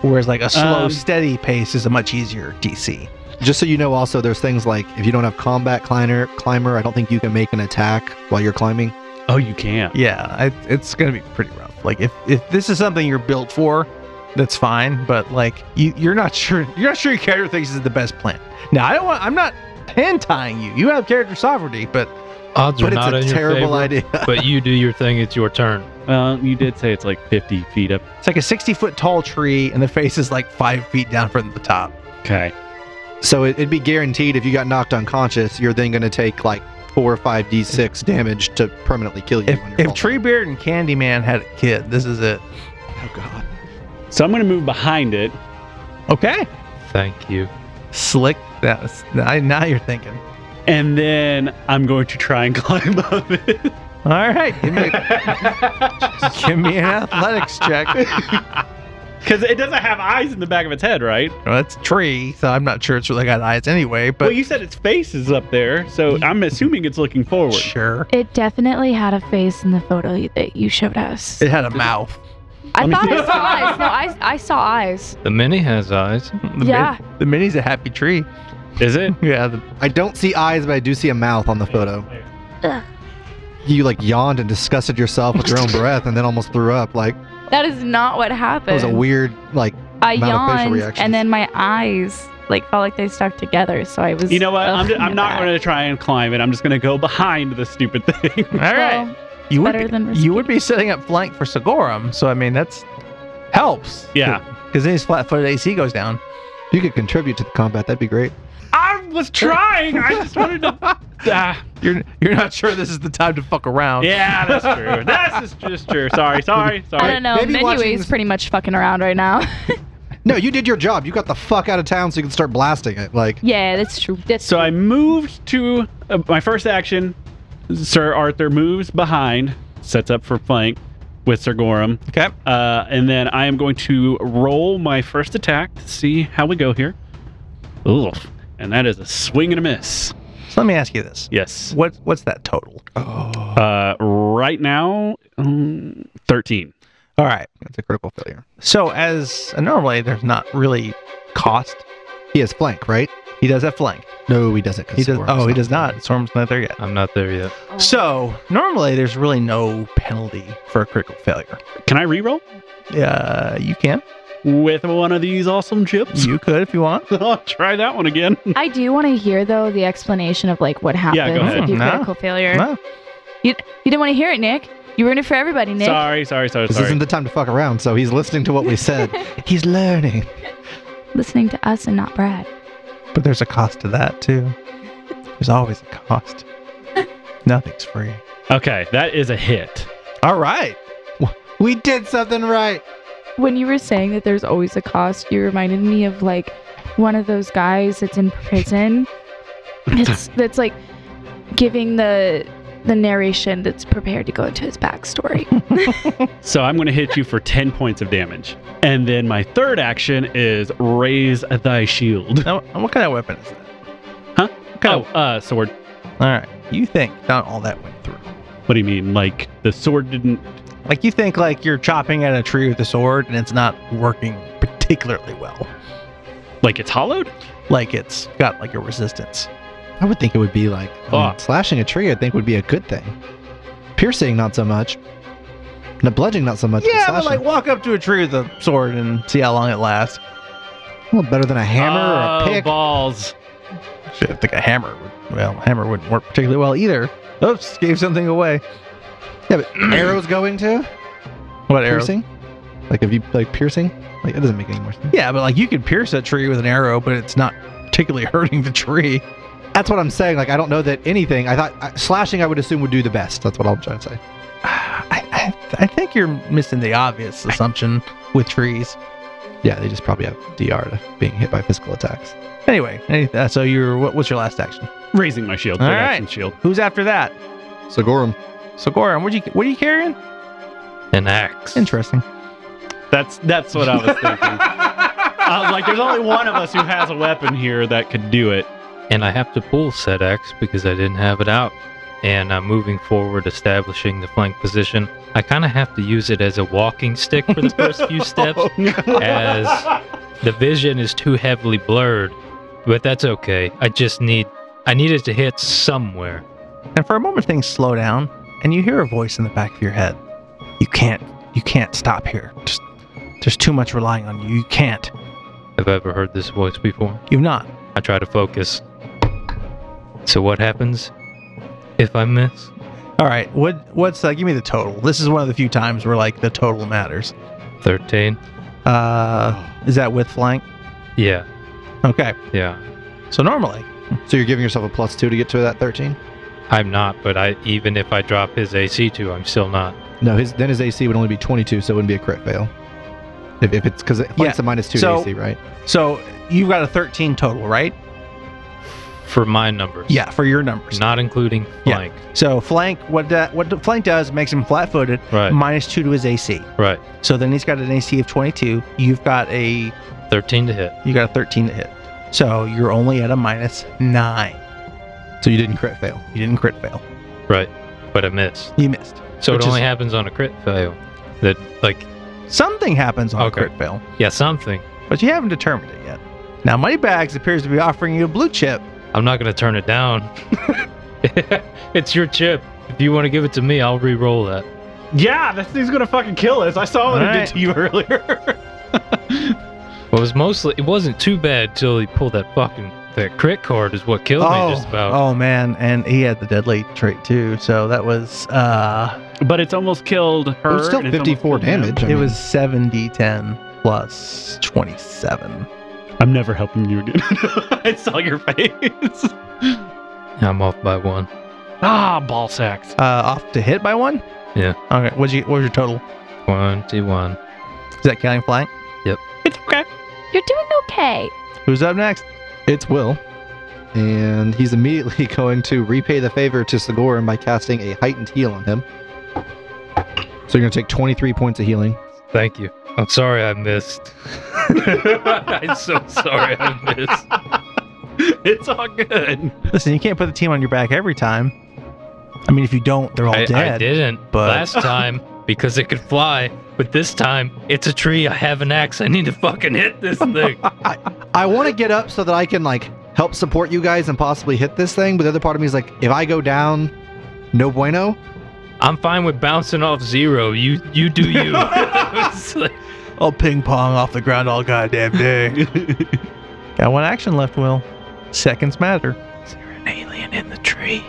Speaker 2: whereas like a slow,
Speaker 7: Um,
Speaker 2: steady pace is a much easier DC.
Speaker 3: Just so you know, also there's things like if you don't have combat climber, climber, I don't think you can make an attack while you're climbing.
Speaker 7: Oh, you can.
Speaker 2: Yeah, I, it's gonna be pretty rough. Like if if this is something you're built for, that's fine. But like you you're not sure you're not sure your character thinks this is the best plan. Now I don't want I'm not hand tying you. You have character sovereignty, but
Speaker 5: Odds
Speaker 3: but
Speaker 5: are not
Speaker 3: it's
Speaker 5: in
Speaker 3: a
Speaker 5: your
Speaker 3: terrible
Speaker 5: favor,
Speaker 3: idea.
Speaker 5: but you do your thing. It's your turn.
Speaker 7: Well, you did say it's like 50 feet up.
Speaker 2: it's like a 60 foot tall tree, and the face is like five feet down from the top.
Speaker 7: Okay.
Speaker 3: So it, it'd be guaranteed if you got knocked unconscious, you're then going to take like four or five d6 damage to permanently kill you.
Speaker 2: If,
Speaker 3: on your
Speaker 2: if
Speaker 3: fall.
Speaker 2: Treebeard and Candyman had a kid, this is it.
Speaker 3: oh god,
Speaker 7: So I'm going to move behind it.
Speaker 2: Okay.
Speaker 5: Thank you.
Speaker 2: Slick. That was, I, now you're thinking.
Speaker 7: And then I'm going to try and climb up it.
Speaker 2: All right. Give me, give me an athletics check.
Speaker 7: Because it doesn't have eyes in the back of its head, right?
Speaker 2: Well, it's a tree, so I'm not sure it's really got eyes anyway, but
Speaker 7: well, you said its face is up there, so I'm assuming it's looking forward.
Speaker 2: sure.
Speaker 6: It definitely had a face in the photo y- that you showed us.
Speaker 2: It had a mouth.
Speaker 6: I
Speaker 7: Let me-
Speaker 6: thought I saw eyes. No, I, I saw eyes.
Speaker 5: The mini has eyes.
Speaker 2: The
Speaker 6: Yeah.
Speaker 2: Min, the mini's a happy tree.
Speaker 5: Is it?
Speaker 2: Yeah. The,
Speaker 3: I don't see eyes, but I do see a mouth on the photo.
Speaker 6: Ugh.
Speaker 3: You like yawned and disgusted yourself with your own breath, and then almost threw up. Like
Speaker 6: That is not what happened.
Speaker 3: that was a weird like.
Speaker 6: I
Speaker 3: amount of facial
Speaker 6: yawned,
Speaker 3: reactions.
Speaker 6: and then my eyes like felt like they stuck together. So I was.
Speaker 7: You know what? I'm,
Speaker 6: ugh,
Speaker 7: just, I'm not
Speaker 6: mad.
Speaker 7: going to try and climb it. I'm just going to go behind the stupid thing.
Speaker 2: all right.
Speaker 6: Well,
Speaker 2: you would
Speaker 6: better
Speaker 2: be,
Speaker 6: than risky.
Speaker 2: you would be setting up flank for Segorum, so I mean that's helps.
Speaker 7: Yeah.
Speaker 2: Because then his flat-footed AC goes down.
Speaker 3: If you could contribute to the combat, that'd be great.
Speaker 7: I was trying. I just wanted to. Ah,
Speaker 2: You're you're not sure this is the time to fuck around.
Speaker 7: yeah, that's true. That's just, just true. Sorry, sorry,
Speaker 6: I
Speaker 7: sorry.
Speaker 6: don't know.
Speaker 3: Maybe
Speaker 6: Menu
Speaker 3: watching
Speaker 6: is
Speaker 3: this-
Speaker 6: pretty much fucking around right now.
Speaker 3: No, you did your job. You got the fuck out of town so you can start blasting it. Like
Speaker 6: yeah, that's true. That's
Speaker 7: So I moved to uh, my first action. Sir Arthur moves behind, sets up for flank with Sir Gorham,
Speaker 2: Okay.
Speaker 7: uh, and then I am going to roll my first attack to see how we go here. Ooh, and that is a swing and a miss.
Speaker 2: So let me ask you this.
Speaker 7: Yes.
Speaker 2: What what's that total?
Speaker 7: Uh, right now, um, thirteen.
Speaker 2: All right.
Speaker 3: that's a critical failure.
Speaker 2: So as and normally there's not really cost.
Speaker 3: He has flank, right?
Speaker 2: He does have flank.
Speaker 3: No, he doesn't. 'cause
Speaker 2: He does.
Speaker 3: Sorum's
Speaker 2: Oh, he does not. Storm's not there yet.
Speaker 5: I'm not there yet.
Speaker 2: So normally there's really no penalty for a critical failure.
Speaker 7: Can I reroll
Speaker 2: Uh, you can.
Speaker 7: with one of these awesome chips?
Speaker 2: You could if you want.
Speaker 7: I'll try that one again.
Speaker 6: I do want to hear though the explanation of like what happens
Speaker 7: Yeah, go ahead.
Speaker 6: if you
Speaker 2: No.
Speaker 6: critical failure.
Speaker 2: No.
Speaker 6: You you didn't want to hear it, Nick. You ruined it for everybody, Nick.
Speaker 7: Sorry, sorry, sorry,
Speaker 3: This
Speaker 7: sorry.
Speaker 3: isn't the time to fuck around. So he's listening to what we said. he's learning.
Speaker 6: Listening to us and not Brad.
Speaker 2: But there's a cost to that too. There's always a cost. Nothing's free.
Speaker 7: Okay, that is a hit.
Speaker 2: All right.
Speaker 3: We did something right.
Speaker 6: When you were saying that there's always a cost, you reminded me of like one of those guys that's in prison. It's that's like giving the the narration that's prepared to go into his backstory.
Speaker 7: So I'm going to hit you for 10 points of damage. And then my third action is raise thy shield.
Speaker 2: Now, what kind of weapon is that?
Speaker 7: Huh?
Speaker 2: Okay.
Speaker 7: Oh, uh, sword.
Speaker 2: All right. You think not all that went through.
Speaker 7: What do you mean? Like the sword didn't.
Speaker 2: Like you think like you're chopping at a tree with a sword and it's not working particularly well.
Speaker 7: Like it's hollowed?
Speaker 2: Like it's got like a resistance.
Speaker 3: I would think it would be like I mean,
Speaker 7: Fuck.
Speaker 3: slashing a tree. I think would be a good thing. Piercing, not so much. The bludgeoning, not so much.
Speaker 2: Yeah, but
Speaker 3: slashing.
Speaker 2: like walk up to a tree with a sword and see how long it lasts.
Speaker 3: Well, better than a hammer
Speaker 7: oh,
Speaker 3: or a pick.
Speaker 7: balls.
Speaker 2: Shit, I think a hammer would well, hammer wouldn't work particularly well either. Oops, gave something away.
Speaker 3: Yeah, but arrows going to
Speaker 2: What arrow?
Speaker 3: piercing. Like if you like piercing, like that doesn't make any more sense.
Speaker 2: Yeah, but like you could pierce a tree with an arrow, but it's not particularly hurting the tree.
Speaker 3: That's what I'm saying. Like I don't know that anything. I thought I, slashing, I would assume would do the best. That's what I'm trying to say.
Speaker 2: I, I, I think you're missing the obvious assumption with trees.
Speaker 3: Yeah, they just probably have DR to being hit by physical attacks.
Speaker 2: Anyway, any, uh, so you're what, what's your last action?
Speaker 7: Raising my shield.
Speaker 2: All
Speaker 7: Third action
Speaker 2: right.
Speaker 7: shield.
Speaker 2: Who's after that?
Speaker 3: So Gorum,
Speaker 2: So Goran, what you what are you carrying?
Speaker 5: An axe.
Speaker 2: Interesting.
Speaker 7: That's that's what I was thinking. I was like, there's only one of us who has a weapon here that could do it.
Speaker 5: And I have to pull said axe because I didn't have it out. And I'm moving forward, establishing the flank position. I kind of have to use it as a walking stick for the first few steps, as the vision is too heavily blurred. But that's okay. I just need I needed to hit somewhere.
Speaker 2: And for a moment, things slow down, and you hear a voice in the back of your head. You can't. You can't stop here. Just, there's too much relying on you. You can't.
Speaker 5: Have I ever heard this voice before?
Speaker 2: You've not.
Speaker 5: I try to focus. So what happens if I miss?
Speaker 2: All right, what what's uh, give me the total? This is one of the few times where like the total matters.
Speaker 5: 13?
Speaker 2: Uh, is that with flank?
Speaker 5: Yeah,
Speaker 2: Okay,
Speaker 5: yeah.
Speaker 2: so normally,
Speaker 3: So you're giving yourself a plus two to get to that 13?
Speaker 5: I'm not, but I even if I drop his AC two, I'm still not.
Speaker 3: No, his then his AC would only be 22, so it wouldn't be a crit fail. If, if it's because it
Speaker 2: Yeah,
Speaker 3: fights a minus two
Speaker 2: so-
Speaker 3: to AC, right?
Speaker 2: so you've got a 13 total, right?
Speaker 5: For my numbers.
Speaker 2: Yeah, for your numbers.
Speaker 5: Not including
Speaker 2: Yeah.
Speaker 5: flank.
Speaker 2: So flank, what da- what the flank does makes him flat-footed,
Speaker 5: Right.
Speaker 2: minus two to his AC.
Speaker 5: right.
Speaker 2: So then he's got an AC of 22. You've got a
Speaker 5: Thirteen to hit.
Speaker 2: you got a 13 to hit. So you're only at a minus nine.
Speaker 3: So you didn't crit fail.
Speaker 2: You didn't crit fail.
Speaker 5: Right. But I missed.
Speaker 2: You missed.
Speaker 5: So
Speaker 2: Which
Speaker 5: it only
Speaker 2: is-
Speaker 5: happens on a crit fail. That like
Speaker 2: Something happens on
Speaker 5: Okay.
Speaker 2: a crit fail,
Speaker 5: yeah, something.
Speaker 2: but you haven't determined it yet. Now Moneybags appears to be offering you a blue chip.
Speaker 5: I'm not gonna turn it down. it's your chip. If you want to give it to me, I'll re-roll that.
Speaker 4: Yeah, that thing's gonna fucking kill us. I saw what it
Speaker 2: Alright.
Speaker 4: did to you earlier.
Speaker 5: Well, it was mostly it wasn't too bad till he pulled that fucking that crit card is what killed me just about.
Speaker 2: oh man, and he had the deadly trait too. So that was uh
Speaker 7: But it's almost killed her.
Speaker 3: It was still
Speaker 7: and it's almost
Speaker 3: 54
Speaker 7: killed him.
Speaker 3: damage. I
Speaker 2: it
Speaker 3: mean.
Speaker 2: was 70 10 plus 27.
Speaker 7: I'm never helping you again. I saw your face.
Speaker 5: I'm off by one.
Speaker 7: Ah, ball sacks.
Speaker 2: Uh off to hit by one?
Speaker 5: Yeah.
Speaker 2: Okay, what'd you what was your total?
Speaker 5: Twenty-one.
Speaker 2: Is that counting flank?
Speaker 7: It's okay.
Speaker 6: You're doing okay.
Speaker 2: Who's up next?
Speaker 3: It's Will. And he's immediately going to repay the favor to Sigorin by casting a heightened heal on him. So you're going to take 23 points of healing.
Speaker 5: Thank you. I'm sorry I missed. I'm so sorry I missed.
Speaker 4: it's all good.
Speaker 2: Listen, you can't put the team on your back every time. I mean if you don't, they're all
Speaker 5: I,
Speaker 2: dead.
Speaker 5: I didn't
Speaker 2: but-
Speaker 5: last time because it could fly, but this time it's a tree. I have an axe. I need to fucking hit this thing.
Speaker 3: I want to get up so that I can, like, help support you guys and possibly hit this thing. But the other part of me is like, if I go down, no bueno.
Speaker 5: I'm fine with bouncing off zero. You you do you. It's like-
Speaker 2: I'll Oh, ping pong off the ground all goddamn day. Got one action left, Will. Seconds matter. Is there an alien in the tree?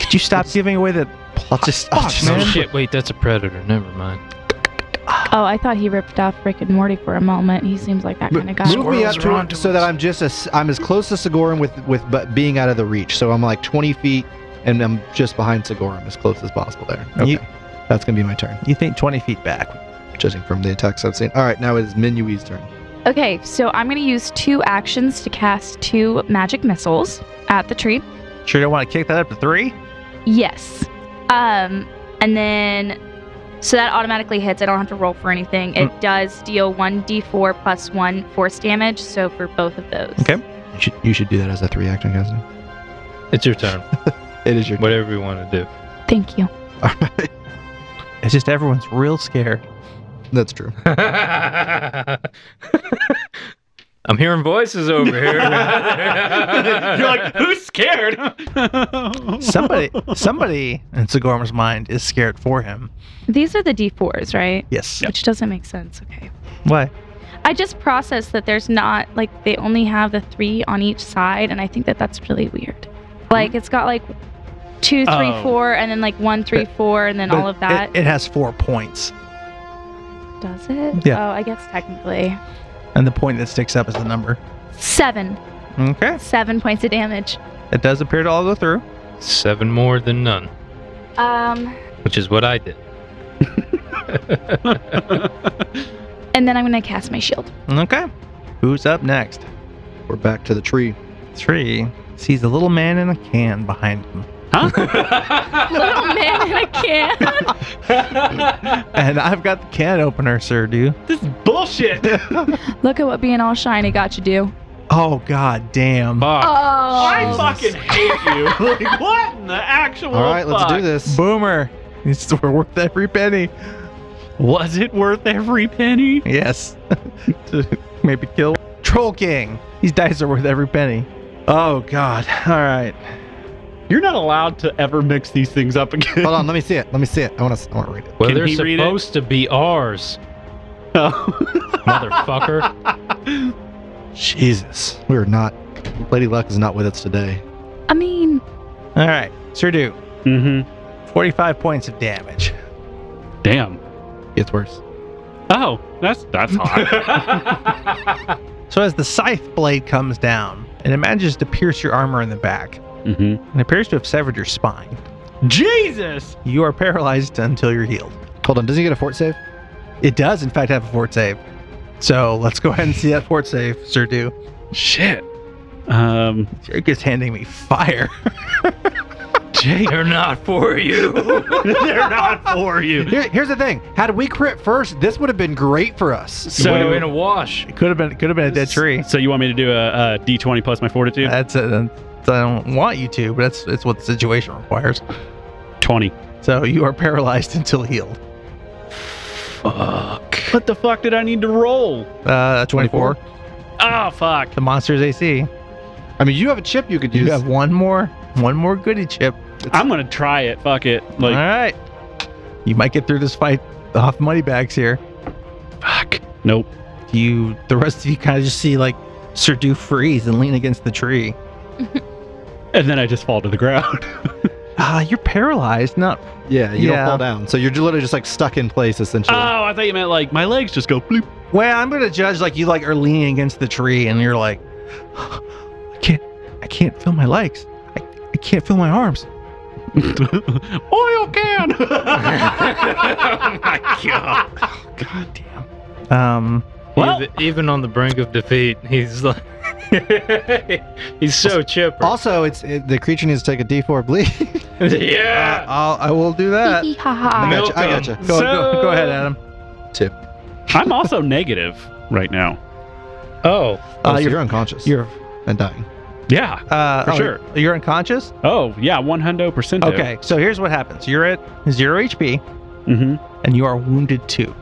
Speaker 2: Could you stop giving away the plot? Just,
Speaker 3: I'll
Speaker 2: fuck,
Speaker 3: just-
Speaker 5: no
Speaker 2: man.
Speaker 5: shit. Wait, that's a predator. Never mind.
Speaker 6: Oh, I thought he ripped off Rick and Morty for a moment. He seems like that kind of guy.
Speaker 3: Move me up to, so that I'm just as I'm as close to Sigorin with with but being out of the reach. So I'm like 20 feet, and I'm just behind Sigorin as close as possible. There. Okay.
Speaker 2: You-
Speaker 3: That's gonna be my turn,
Speaker 2: You think 20 feet back.
Speaker 3: judging from the attacks I've seen. All right, now it is Minui's turn.
Speaker 6: Okay, so I'm going to use two actions to cast two magic missiles at the tree.
Speaker 2: Sure don't want to kick that up to three?
Speaker 6: Yes. Um, and then, so that automatically hits. I don't have to roll for anything.
Speaker 2: Hmm.
Speaker 6: It does deal 1d4 plus 1 force damage, so for both of those.
Speaker 2: Okay.
Speaker 3: You should you should do that as a three action, guys.
Speaker 5: It's your turn.
Speaker 3: It is your
Speaker 5: Whatever you want to do.
Speaker 6: Thank you.
Speaker 2: It's just everyone's real scared.
Speaker 3: That's true.
Speaker 5: I'm hearing voices over here.
Speaker 4: You're like, who's scared?
Speaker 2: Somebody, somebody in Sigorma's mind is scared for him.
Speaker 6: These are the d4s, right?
Speaker 2: Yes.
Speaker 6: Which doesn't make sense. Okay.
Speaker 2: Why?
Speaker 6: I just processed that there's not, like, they only have the three on each side, and I think that that's really weird.
Speaker 2: Hmm.
Speaker 6: Like, it's got, like, two, three, four,
Speaker 7: Oh. and
Speaker 6: and then, like, one, three, four, and then all
Speaker 2: But
Speaker 6: of that.
Speaker 2: It, it has four points.
Speaker 6: Does it?
Speaker 2: Yeah.
Speaker 6: Oh, I guess technically.
Speaker 2: And the point that sticks up is the number.
Speaker 6: Seven.
Speaker 2: Okay.
Speaker 6: Seven points of damage.
Speaker 2: It does appear to all go through.
Speaker 5: Seven more than none,
Speaker 6: Um,
Speaker 5: which is what I did.
Speaker 6: and then I'm gonna cast my shield.
Speaker 2: Okay. Who's up next?
Speaker 3: We're back to the tree.
Speaker 2: Three sees a little man in a can behind him.
Speaker 6: Little man in a can.
Speaker 2: And I've got the can opener, sir, dude.
Speaker 4: this is bullshit.
Speaker 6: Look at what being all shiny got you do.
Speaker 2: Oh, god damn.
Speaker 5: Fuck.
Speaker 4: I
Speaker 6: Oh.
Speaker 4: fucking hate you. Like, what in the actual?
Speaker 3: All right, let's do this.
Speaker 2: Boomer. It's worth every penny.
Speaker 7: Was it worth every penny?
Speaker 2: Yes. to maybe kill Troll King. These dice are worth every penny. Oh god. All right.
Speaker 7: You're not allowed to ever mix these things up again.
Speaker 3: Hold on, let me see it. Let me see it. I want to. I want to read it.
Speaker 5: Well,
Speaker 7: Can
Speaker 5: they're
Speaker 7: he read it?
Speaker 5: supposed to be ours, motherfucker.
Speaker 3: Jesus, we are not. Lady Luck is not with us today.
Speaker 6: I mean,
Speaker 2: All right, Sir do
Speaker 7: Mm-hmm.
Speaker 2: 45 points of damage.
Speaker 7: Damn.
Speaker 3: It's worse.
Speaker 7: Oh, that's that's hot.
Speaker 2: So as the scythe blade comes down, it manages to pierce your armor in the back
Speaker 7: mm-hmm.
Speaker 2: and appears to have severed your spine.
Speaker 7: Jesus.
Speaker 2: You are paralyzed until you're healed.
Speaker 3: Hold on, does he get a fort save?
Speaker 2: It does, in fact, have a fort save. So let's go ahead and see that fort save, Sir Do.
Speaker 7: Shit. Um.
Speaker 2: Jake is handing me fire.
Speaker 7: Jake. They're not for you. They're not for you.
Speaker 3: Here, here's the thing. Had we crit first, this would have been great for us.
Speaker 7: So
Speaker 5: would have been a wash.
Speaker 2: It could have been, could have been a dead tree. Uh,
Speaker 7: So you want me to do a, a D20 plus my fortitude?
Speaker 2: That's a, I don't want you to, but that's it's what the situation requires.
Speaker 7: 20.
Speaker 2: So you are paralyzed until healed.
Speaker 7: Fuck. What the fuck did I need to roll?
Speaker 2: Uh, 24.
Speaker 7: Oh fuck.
Speaker 2: The monster's AC.
Speaker 3: I mean, you have a chip you could
Speaker 2: You
Speaker 3: use.
Speaker 2: have one more, one more goody chip.
Speaker 7: I'm gonna try it. Fuck it. Like
Speaker 2: All right. You might get through this fight off money bags here.
Speaker 7: fuck. Nope.
Speaker 2: You, the rest of you, kind of just see like Sir Do freeze and lean against the tree.
Speaker 7: And then I just fall to the ground.
Speaker 2: Ah, you're paralyzed. Not
Speaker 3: Yeah, you
Speaker 2: Yeah.
Speaker 3: don't fall down. So you're literally just like stuck in place essentially.
Speaker 7: oh, I thought you meant like my legs just go bloop.
Speaker 2: Well, I'm gonna judge like you like are leaning against the tree and you're like, I can't, I can't feel my legs. I, I can't feel my arms.
Speaker 7: Oil can. oh my god.
Speaker 2: God damn. Um,
Speaker 7: Well-
Speaker 5: even, even on the brink of defeat, he's like, he's so chipper.
Speaker 3: Also, it's it, the creature needs to take a D4 bleed. Uh,
Speaker 5: yeah.
Speaker 2: I'll, I will do
Speaker 6: hee
Speaker 2: that.
Speaker 6: hee ha ha.
Speaker 5: No.
Speaker 3: gotcha, I
Speaker 5: Milk 'em.
Speaker 3: gotcha.
Speaker 2: Go, go, go ahead, Adam.
Speaker 7: I'm also negative right now.
Speaker 3: Oh,
Speaker 5: Oh,
Speaker 2: Uh,
Speaker 3: so
Speaker 2: you're-
Speaker 3: you're unconscious.
Speaker 2: You're
Speaker 3: and dying.
Speaker 7: Yeah.
Speaker 2: uh,
Speaker 7: For
Speaker 2: oh,
Speaker 7: sure.
Speaker 2: You're unconscious.
Speaker 7: Oh yeah. One hundred percent.
Speaker 2: Okay, so here's what happens. You're at zero HP
Speaker 7: Mm-hmm.
Speaker 2: and you are wounded too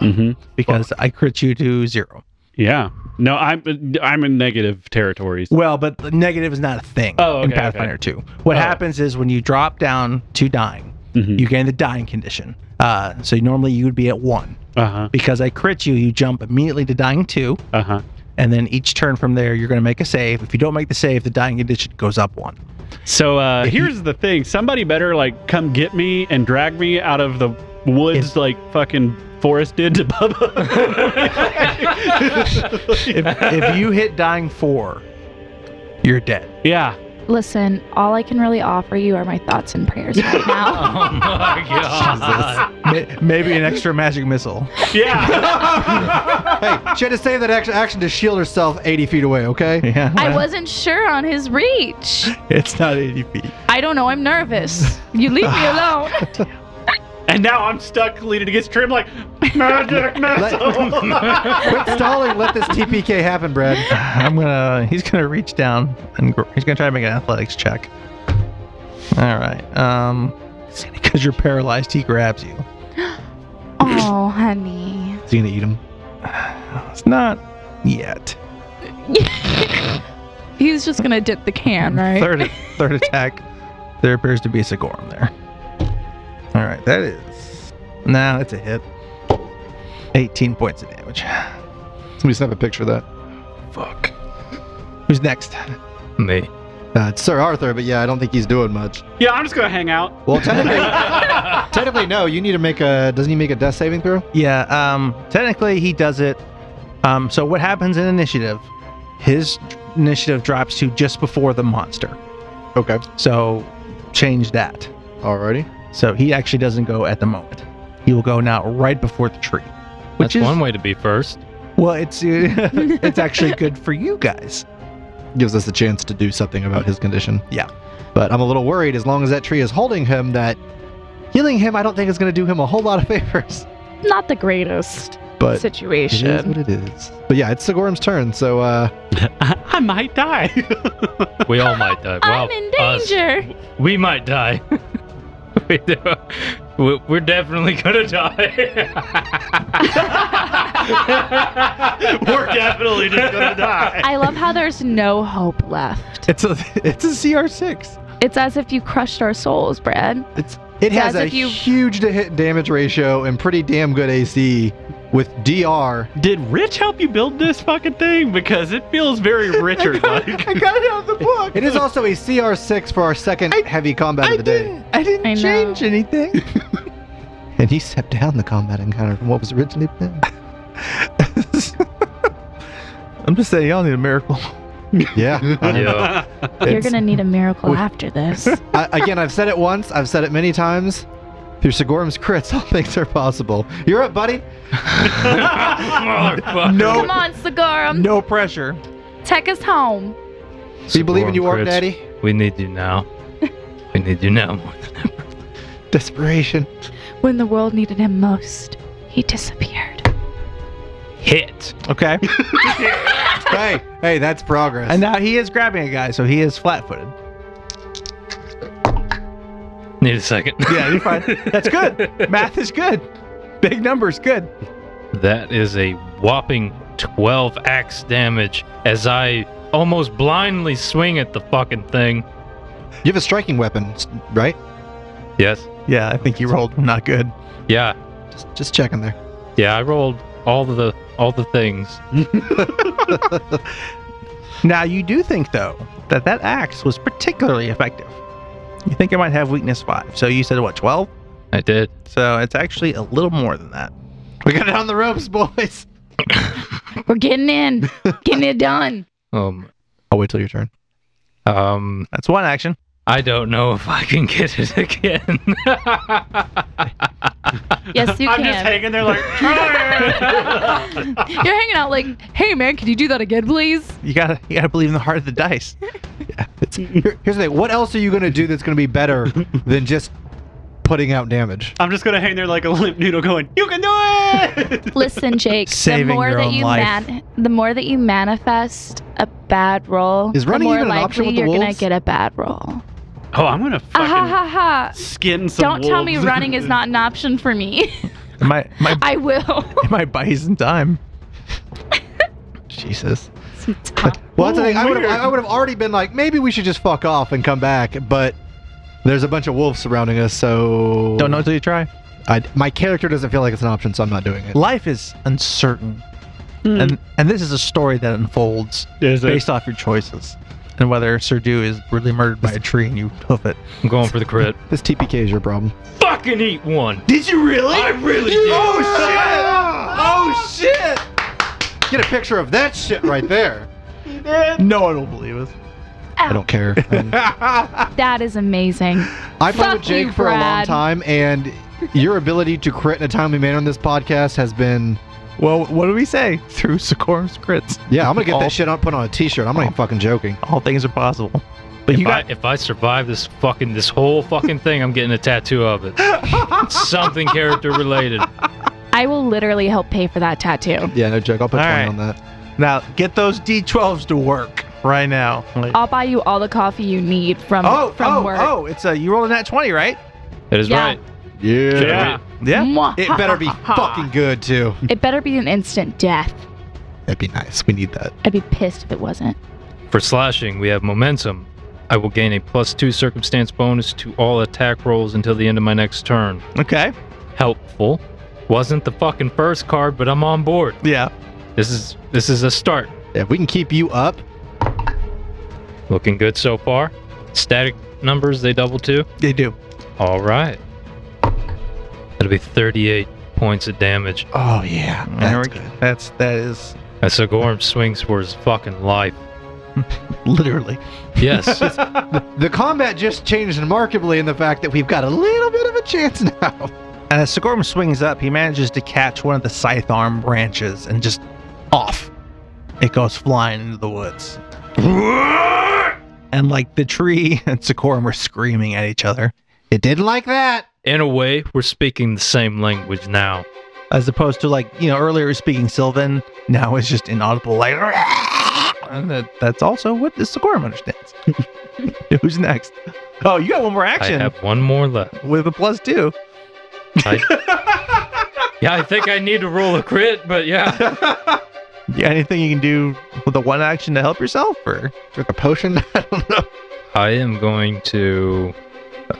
Speaker 7: Mm-hmm.
Speaker 2: because I crit you to zero.
Speaker 7: Yeah. No, I'm I'm in negative territories.
Speaker 2: Well, but the negative is not a thing
Speaker 7: Oh,
Speaker 2: in
Speaker 7: okay, okay.
Speaker 2: Pathfinder 2. What
Speaker 7: Oh.
Speaker 2: happens is when you drop down to dying,
Speaker 7: Mhm.
Speaker 2: you gain the dying condition. Uh, so normally you would be at one.
Speaker 7: Uh huh.
Speaker 2: Because I crit you, you jump immediately to dying two,
Speaker 7: Uh huh.
Speaker 2: and then each turn from there, you're going to make a save. If you don't make the save, the dying condition goes up one.
Speaker 7: So uh, here's the thing: somebody better like come get me and drag me out of the woods, like fucking Forrest did to Bubba.
Speaker 2: If, if you hit dying four, you're dead.
Speaker 7: yeah.
Speaker 6: Listen, all I can really offer you are my thoughts and prayers right now.
Speaker 5: oh my god.
Speaker 2: May- Maybe an extra magic missile.
Speaker 7: Yeah.
Speaker 3: hey, she had to save that action, action to shield herself 80 feet away, okay?
Speaker 2: Yeah,
Speaker 6: I wasn't sure on his reach.
Speaker 2: It's not 80 feet.
Speaker 6: I don't know. I'm nervous. You leave me alone.
Speaker 7: and now I'm stuck leaning against Trim like magic missile.
Speaker 3: Quit stalling. Let this TPK happen, Brad.
Speaker 2: I'm gonna. He's gonna reach down and gr- he's gonna try to make an athletics check. All right. Um, because you're paralyzed, he grabs you.
Speaker 6: Oh, honey.
Speaker 3: Is he going to eat him?
Speaker 2: It's not yet.
Speaker 6: He's just gonna dip the can, right?
Speaker 2: Third, third attack. There appears to be a Sigorum there. All right, that is. Now it's a hit. 18 points of damage.
Speaker 3: Somebody snap a picture of that.
Speaker 5: Fuck
Speaker 2: Who's next?
Speaker 5: me.
Speaker 3: Uh, it's Sir Arthur, but yeah, I don't think he's doing much.
Speaker 7: yeah, I'm just gonna hang out.
Speaker 3: Well, technically, technically, no. You need to make a. Doesn't he make a death saving throw?
Speaker 2: Yeah. Um. Technically, he does it. Um. So what happens in initiative? His initiative drops to just before the monster.
Speaker 3: Okay.
Speaker 2: So change that.
Speaker 3: Alrighty.
Speaker 2: So he actually doesn't go at the moment. He will go now right before the tree. Which
Speaker 5: That's
Speaker 2: is
Speaker 5: one way to be first.
Speaker 2: well, it's uh, it's actually good for you guys.
Speaker 3: Gives us a chance to do something about his condition.
Speaker 2: Yeah.
Speaker 3: But I'm a little worried as long as that tree is holding him that healing him I don't think is going to do him a whole lot of favors.
Speaker 6: Not the greatest
Speaker 3: But it is what
Speaker 6: situation.
Speaker 3: it is. But yeah, it's Sigorum's turn. So uh
Speaker 7: I, I might die.
Speaker 5: We all might die.
Speaker 6: I'm
Speaker 5: Well,
Speaker 6: in
Speaker 5: us.
Speaker 6: danger.
Speaker 5: We might die. we do. We- We're definitely gonna die.
Speaker 7: We're definitely just gonna die.
Speaker 6: I love how there's no hope left.
Speaker 2: It's a it's a CR six.
Speaker 6: It's as if you crushed our souls, Brad.
Speaker 3: it's it has
Speaker 6: Guys,
Speaker 3: a
Speaker 6: if you-
Speaker 3: huge to hit damage ratio and pretty damn good AC with DR.
Speaker 7: Did Rich help you build this fucking thing? Because it feels very Richard like.
Speaker 2: I got it out of the book. fuck?
Speaker 3: It is also a CR6 for our second heavy combat
Speaker 2: I
Speaker 3: of the day.
Speaker 2: didn't, I didn't
Speaker 6: I know.
Speaker 2: change anything.
Speaker 3: And he stepped down the combat encounter from what was originally planned.
Speaker 2: I'm just saying, y'all need a miracle.
Speaker 3: Yeah. I-
Speaker 5: Yeah.
Speaker 6: You're
Speaker 3: it's-
Speaker 6: gonna need a miracle
Speaker 3: We-
Speaker 6: after this.
Speaker 3: I, again, I've said it once. I've said it many times. Through Sigorum's crits, all things are possible. You're up, buddy.
Speaker 5: Motherfucker.
Speaker 6: Come
Speaker 2: No,
Speaker 6: on, Sagarum.
Speaker 2: no pressure.
Speaker 6: Take us home.
Speaker 3: Do you believe in you, Orc
Speaker 5: Crits,
Speaker 3: Daddy?
Speaker 5: We need you now. We need you now more than ever.
Speaker 3: Desperation.
Speaker 6: When the world needed him most, he disappeared.
Speaker 5: Hit.
Speaker 2: Okay.
Speaker 3: hey, hey, that's progress.
Speaker 2: And now he is grabbing a guy, so he is flat footed.
Speaker 5: Need a second.
Speaker 2: Yeah, you're fine. That's good. Math is good. Big numbers, good.
Speaker 5: That is a whopping 12 axe damage as I almost blindly swing at the fucking thing.
Speaker 3: you have a striking weapon, s- right?
Speaker 5: Yes.
Speaker 2: Yeah, I think you rolled not good.
Speaker 5: Yeah.
Speaker 3: Just, just checking there.
Speaker 5: Yeah, I rolled all of the all the things.
Speaker 2: Now you do think though that that axe was particularly effective. You think it might have weakness five. So you said what twelve?
Speaker 5: I did.
Speaker 2: So it's actually a little more than that.
Speaker 3: We got it on the ropes, boys.
Speaker 6: We're getting in, getting it done.
Speaker 5: Um
Speaker 3: I'll wait till your turn.
Speaker 5: um
Speaker 2: That's one action.
Speaker 5: I don't know if I can get it again.
Speaker 6: Yes, you
Speaker 4: I'm
Speaker 6: can.
Speaker 4: just hanging there like, trying.
Speaker 6: You're hanging out like, hey man, could you do that again, please?
Speaker 2: You gotta you gotta believe in the heart of the dice.
Speaker 3: Here- here's the thing. What else are you gonna do that's gonna be better than just putting out damage?
Speaker 4: I'm just gonna hang there like a limp noodle, going, "You can do it."
Speaker 6: Listen, Jake.
Speaker 2: Saving
Speaker 6: the more
Speaker 2: your
Speaker 6: that
Speaker 2: own
Speaker 6: you
Speaker 2: life.
Speaker 6: man- the more that you manifest a bad roll,
Speaker 3: Is running
Speaker 6: the more
Speaker 3: even an
Speaker 6: likely
Speaker 3: option with the
Speaker 6: you're gonna
Speaker 3: wolves?
Speaker 6: get a bad roll.
Speaker 4: Oh, I'm gonna
Speaker 6: Ah, ha,
Speaker 4: fucking
Speaker 6: ha, ha.
Speaker 4: skin some.
Speaker 6: Don't tell me
Speaker 4: wolves.
Speaker 6: running is not an option for me.
Speaker 2: It might might,
Speaker 6: I will.
Speaker 2: it might buy you some time. Jesus.
Speaker 3: Well, that's the thing. I would have I would have already been like, maybe we should just fuck off and come back, but there's a bunch of wolves surrounding us, so
Speaker 2: Don't know until you try.
Speaker 3: I, my character doesn't feel like it's an option, so I'm not doing it.
Speaker 2: Life is uncertain.
Speaker 6: Hmm.
Speaker 2: And and this is a story that unfolds
Speaker 7: Is it-
Speaker 2: based off your choices. And whether Sir Dew is really murdered by a tree and you hoof it.
Speaker 5: I'm going for the crit.
Speaker 3: This TPK is your problem.
Speaker 5: Fucking eat one.
Speaker 2: Did you really?
Speaker 5: I really did.
Speaker 3: Ah!
Speaker 2: Oh shit!
Speaker 3: Get a picture of that shit right there.
Speaker 2: No one will believe us.
Speaker 3: I don't care. Um,
Speaker 6: That is amazing.
Speaker 3: I played
Speaker 6: Fuck
Speaker 3: with Jake
Speaker 6: you,
Speaker 3: for a long
Speaker 6: Brad.
Speaker 3: time, and your ability to crit in a timely manner on this podcast has been.
Speaker 2: Well, what do we say? Through Sikorum's crits,
Speaker 3: Yeah, I'm gonna get
Speaker 2: All-
Speaker 3: that shit on, put on a T-shirt. I'm not even fucking joking.
Speaker 2: all things are possible. But
Speaker 5: If,
Speaker 2: you got
Speaker 5: I, if I survive this fucking this whole fucking thing, I'm getting a tattoo of it. Something character related.
Speaker 6: I will literally help pay for that tattoo.
Speaker 3: Yeah, no joke. I'll put
Speaker 2: All
Speaker 3: 20
Speaker 2: right.
Speaker 3: on that.
Speaker 2: now get those D12s to work right now. Like-
Speaker 6: I'll buy you all the coffee you need from
Speaker 2: oh,
Speaker 6: from
Speaker 2: oh,
Speaker 6: work.
Speaker 2: oh! It's a you rolled a nat twenty, right?
Speaker 5: That is
Speaker 6: Yeah.
Speaker 5: right.
Speaker 3: Yeah.
Speaker 4: Yeah.
Speaker 2: Yeah.
Speaker 6: Mwah.
Speaker 3: It better be fucking good too.
Speaker 6: It better be an instant death.
Speaker 3: That'd be nice. We need that.
Speaker 6: I'd be pissed if it wasn't.
Speaker 5: For slashing, we have momentum. I will gain a plus two circumstance bonus to all attack rolls until the end of my next turn.
Speaker 2: Okay.
Speaker 5: Helpful. Wasn't the fucking first card, but I'm on board.
Speaker 2: Yeah.
Speaker 5: This is this is a start.
Speaker 3: If we can keep you up,
Speaker 5: Looking good so far. Static numbers they double too.
Speaker 2: They do.
Speaker 5: All right. That'll be 38 points of damage.
Speaker 3: oh yeah,
Speaker 2: There we go. That's that is
Speaker 5: And so Gorm swings for his fucking life.
Speaker 2: literally.
Speaker 5: Yes.
Speaker 3: The combat just changed remarkably in the fact that we've got a little bit of a chance now.
Speaker 2: And as Sigorum swings up, he manages to catch one of the scythe arm branches and just off. It goes flying into the woods. And like the tree and Sigorum are screaming at each other.
Speaker 3: It didn't like that.
Speaker 5: In a way, we're speaking the same language now.
Speaker 2: As opposed to like, you know, earlier it was speaking Sylvan, now it's just inaudible like and that, that's also what the Sigorum understands. Who's next? Oh, you got one more action
Speaker 5: I have one more left.
Speaker 2: with a plus two.
Speaker 5: Yeah, I think I need to roll a crit, but yeah.
Speaker 2: Yeah, anything you can do with a one action to help yourself or
Speaker 3: Drink a potion. I don't know.
Speaker 5: I am going to.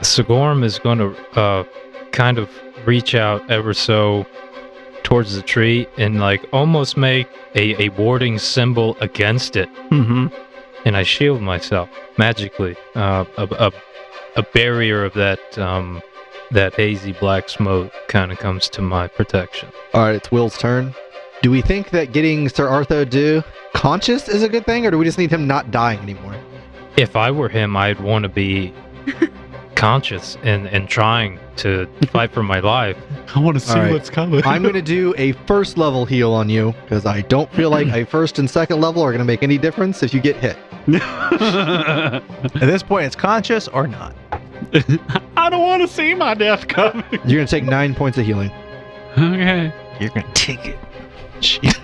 Speaker 5: Sigorm is going to uh, kind of reach out ever so towards the tree and like almost make a, a warding symbol against it.
Speaker 2: mm-hmm.
Speaker 5: and I shield myself magically. Uh, a, a, a barrier of that um, that hazy black smoke kind of comes to my protection.
Speaker 3: All right, it's Will's turn. Do we think that getting Sir Artho do conscious is a good thing, or do we just need him not dying anymore?
Speaker 5: If I were him, I'd want to be conscious and, and trying to fight for my life.
Speaker 8: I want to see
Speaker 3: Alright.
Speaker 8: what's coming.
Speaker 3: I'm going to do a first level heal on you because I don't feel like a first and second level are going to make any difference if you get hit.
Speaker 2: At this point, it's conscious or not.
Speaker 7: I don't want to see my death coming.
Speaker 3: You're going to take nine points of healing.
Speaker 7: Okay.
Speaker 2: You're gonna take it.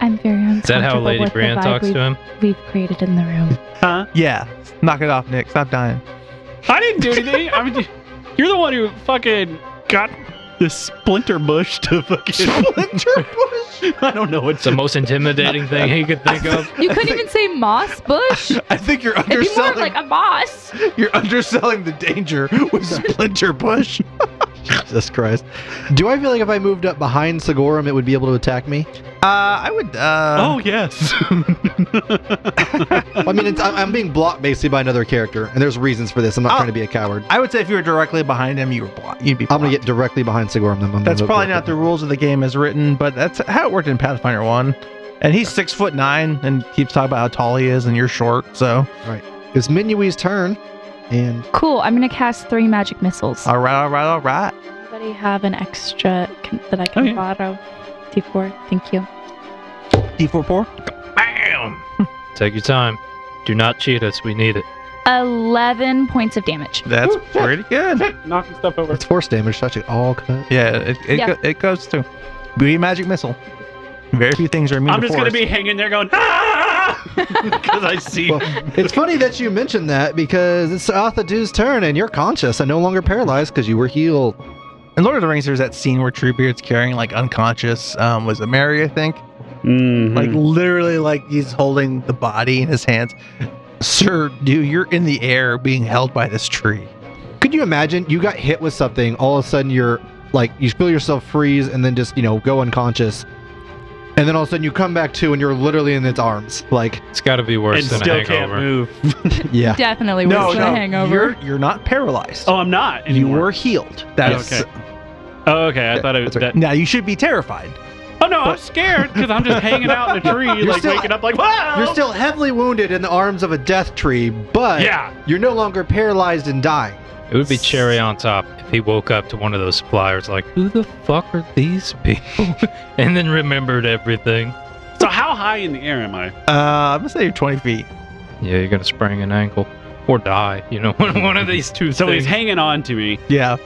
Speaker 6: I'm very uncomfortable
Speaker 5: Is that how Lady
Speaker 6: with the
Speaker 5: Brian
Speaker 6: vibe
Speaker 5: talks
Speaker 6: we've,
Speaker 5: to him?
Speaker 6: we've created in the room.
Speaker 2: Yeah, knock it off, Nick. Stop dying.
Speaker 7: I didn't do anything. I mean, you're the one who fucking got
Speaker 8: this splinter bush to fucking.
Speaker 3: Splinter
Speaker 8: I don't know what
Speaker 5: It's the most intimidating thing he could think of.
Speaker 6: You couldn't even say moss bush. It'd
Speaker 2: I think you're
Speaker 6: be more
Speaker 2: underselling.
Speaker 6: like a moss.
Speaker 2: you're underselling the danger with Splinter Uh, Bush.
Speaker 3: Jesus Christ. Do I feel like if I moved up behind Sigorum, it would be able to attack me?
Speaker 2: Uh, I would. Uh,
Speaker 8: Oh
Speaker 7: um,
Speaker 8: yes.
Speaker 3: I mean, it's, I'm, I'm being blocked basically by another character, and there's reasons for this. I'm not
Speaker 2: Oh.
Speaker 3: trying to be a coward.
Speaker 2: I would say if you were directly behind him, you were blocked. You'd be.
Speaker 3: I'm going
Speaker 2: blocked.
Speaker 3: to get directly behind Sigorum. Then I'm gonna
Speaker 2: That's
Speaker 3: vote
Speaker 2: probably
Speaker 3: directly.
Speaker 2: not the rules of the game as written, but that's how it worked in Pathfinder One. And he's six foot nine, and keeps talking about how tall he is, and you're short. So,
Speaker 3: It's Minui's turn, and
Speaker 6: Cool. I'm gonna cast three magic missiles.
Speaker 2: all right, all right, all right.
Speaker 6: Anybody have an extra can, that I can
Speaker 7: Oh, yeah.
Speaker 6: borrow? D4. Thank you.
Speaker 2: D four four.
Speaker 5: Bam! Take your time. Do not cheat us. We need it.
Speaker 6: Eleven points of damage.
Speaker 2: That's pretty good.
Speaker 7: knocking stuff over.
Speaker 3: it's force damage. So that should all cut.
Speaker 2: Yeah, it it,
Speaker 6: Yeah.
Speaker 2: Go, it goes through. Be a magic missile. Very few things are immune
Speaker 7: I'm
Speaker 2: to
Speaker 7: just gonna
Speaker 2: force.
Speaker 7: be hanging there going ah because I see.
Speaker 3: Well, it's funny that you mentioned that because it's Arthur Dew's turn, and you're conscious and no longer paralyzed because you were healed.
Speaker 2: In Lord of the Rings, there's that scene where Treebeard's carrying like unconscious um, was it Mary, I think.
Speaker 7: Mm-hmm.
Speaker 2: Like literally, like he's holding the body in his hands. Sir, dude, you're in the air being held by this tree.
Speaker 3: Could you imagine? You got hit with something. All of a sudden, you're like you feel yourself freeze, and then just you know go unconscious, and then all of a sudden you come back to, and you're literally in its arms. Like
Speaker 5: It's got to be worse
Speaker 7: and
Speaker 5: than
Speaker 7: still
Speaker 5: a
Speaker 7: can't
Speaker 5: hangover.
Speaker 7: move.
Speaker 3: yeah,
Speaker 6: Definitely worse than a hangover.
Speaker 2: you're you're not paralyzed.
Speaker 7: Oh, I'm not
Speaker 2: you
Speaker 7: anymore.
Speaker 2: were healed. That's
Speaker 7: Okay. Oh, okay. I
Speaker 3: Yeah,
Speaker 7: thought it was
Speaker 3: that's right.
Speaker 7: that.
Speaker 2: now you should be terrified.
Speaker 7: Oh no, I'm scared because I'm just hanging out in a tree, like
Speaker 3: still-
Speaker 7: waking up like "Ah!" wow.
Speaker 3: you're still heavily wounded in the arms of a death tree, but
Speaker 7: yeah.
Speaker 3: you're no longer paralyzed and dying.
Speaker 5: It would be cherry on top if he woke up to one of those flyers like, "Who the fuck are these people?" and then remembered everything.
Speaker 7: So how high in the air am I?
Speaker 2: Uh, I'm gonna say you're 20 feet.
Speaker 5: Yeah, you're gonna sprain an ankle or die. You know, one of these two.
Speaker 7: So
Speaker 5: things.
Speaker 7: he's hanging on to me.
Speaker 2: Yeah,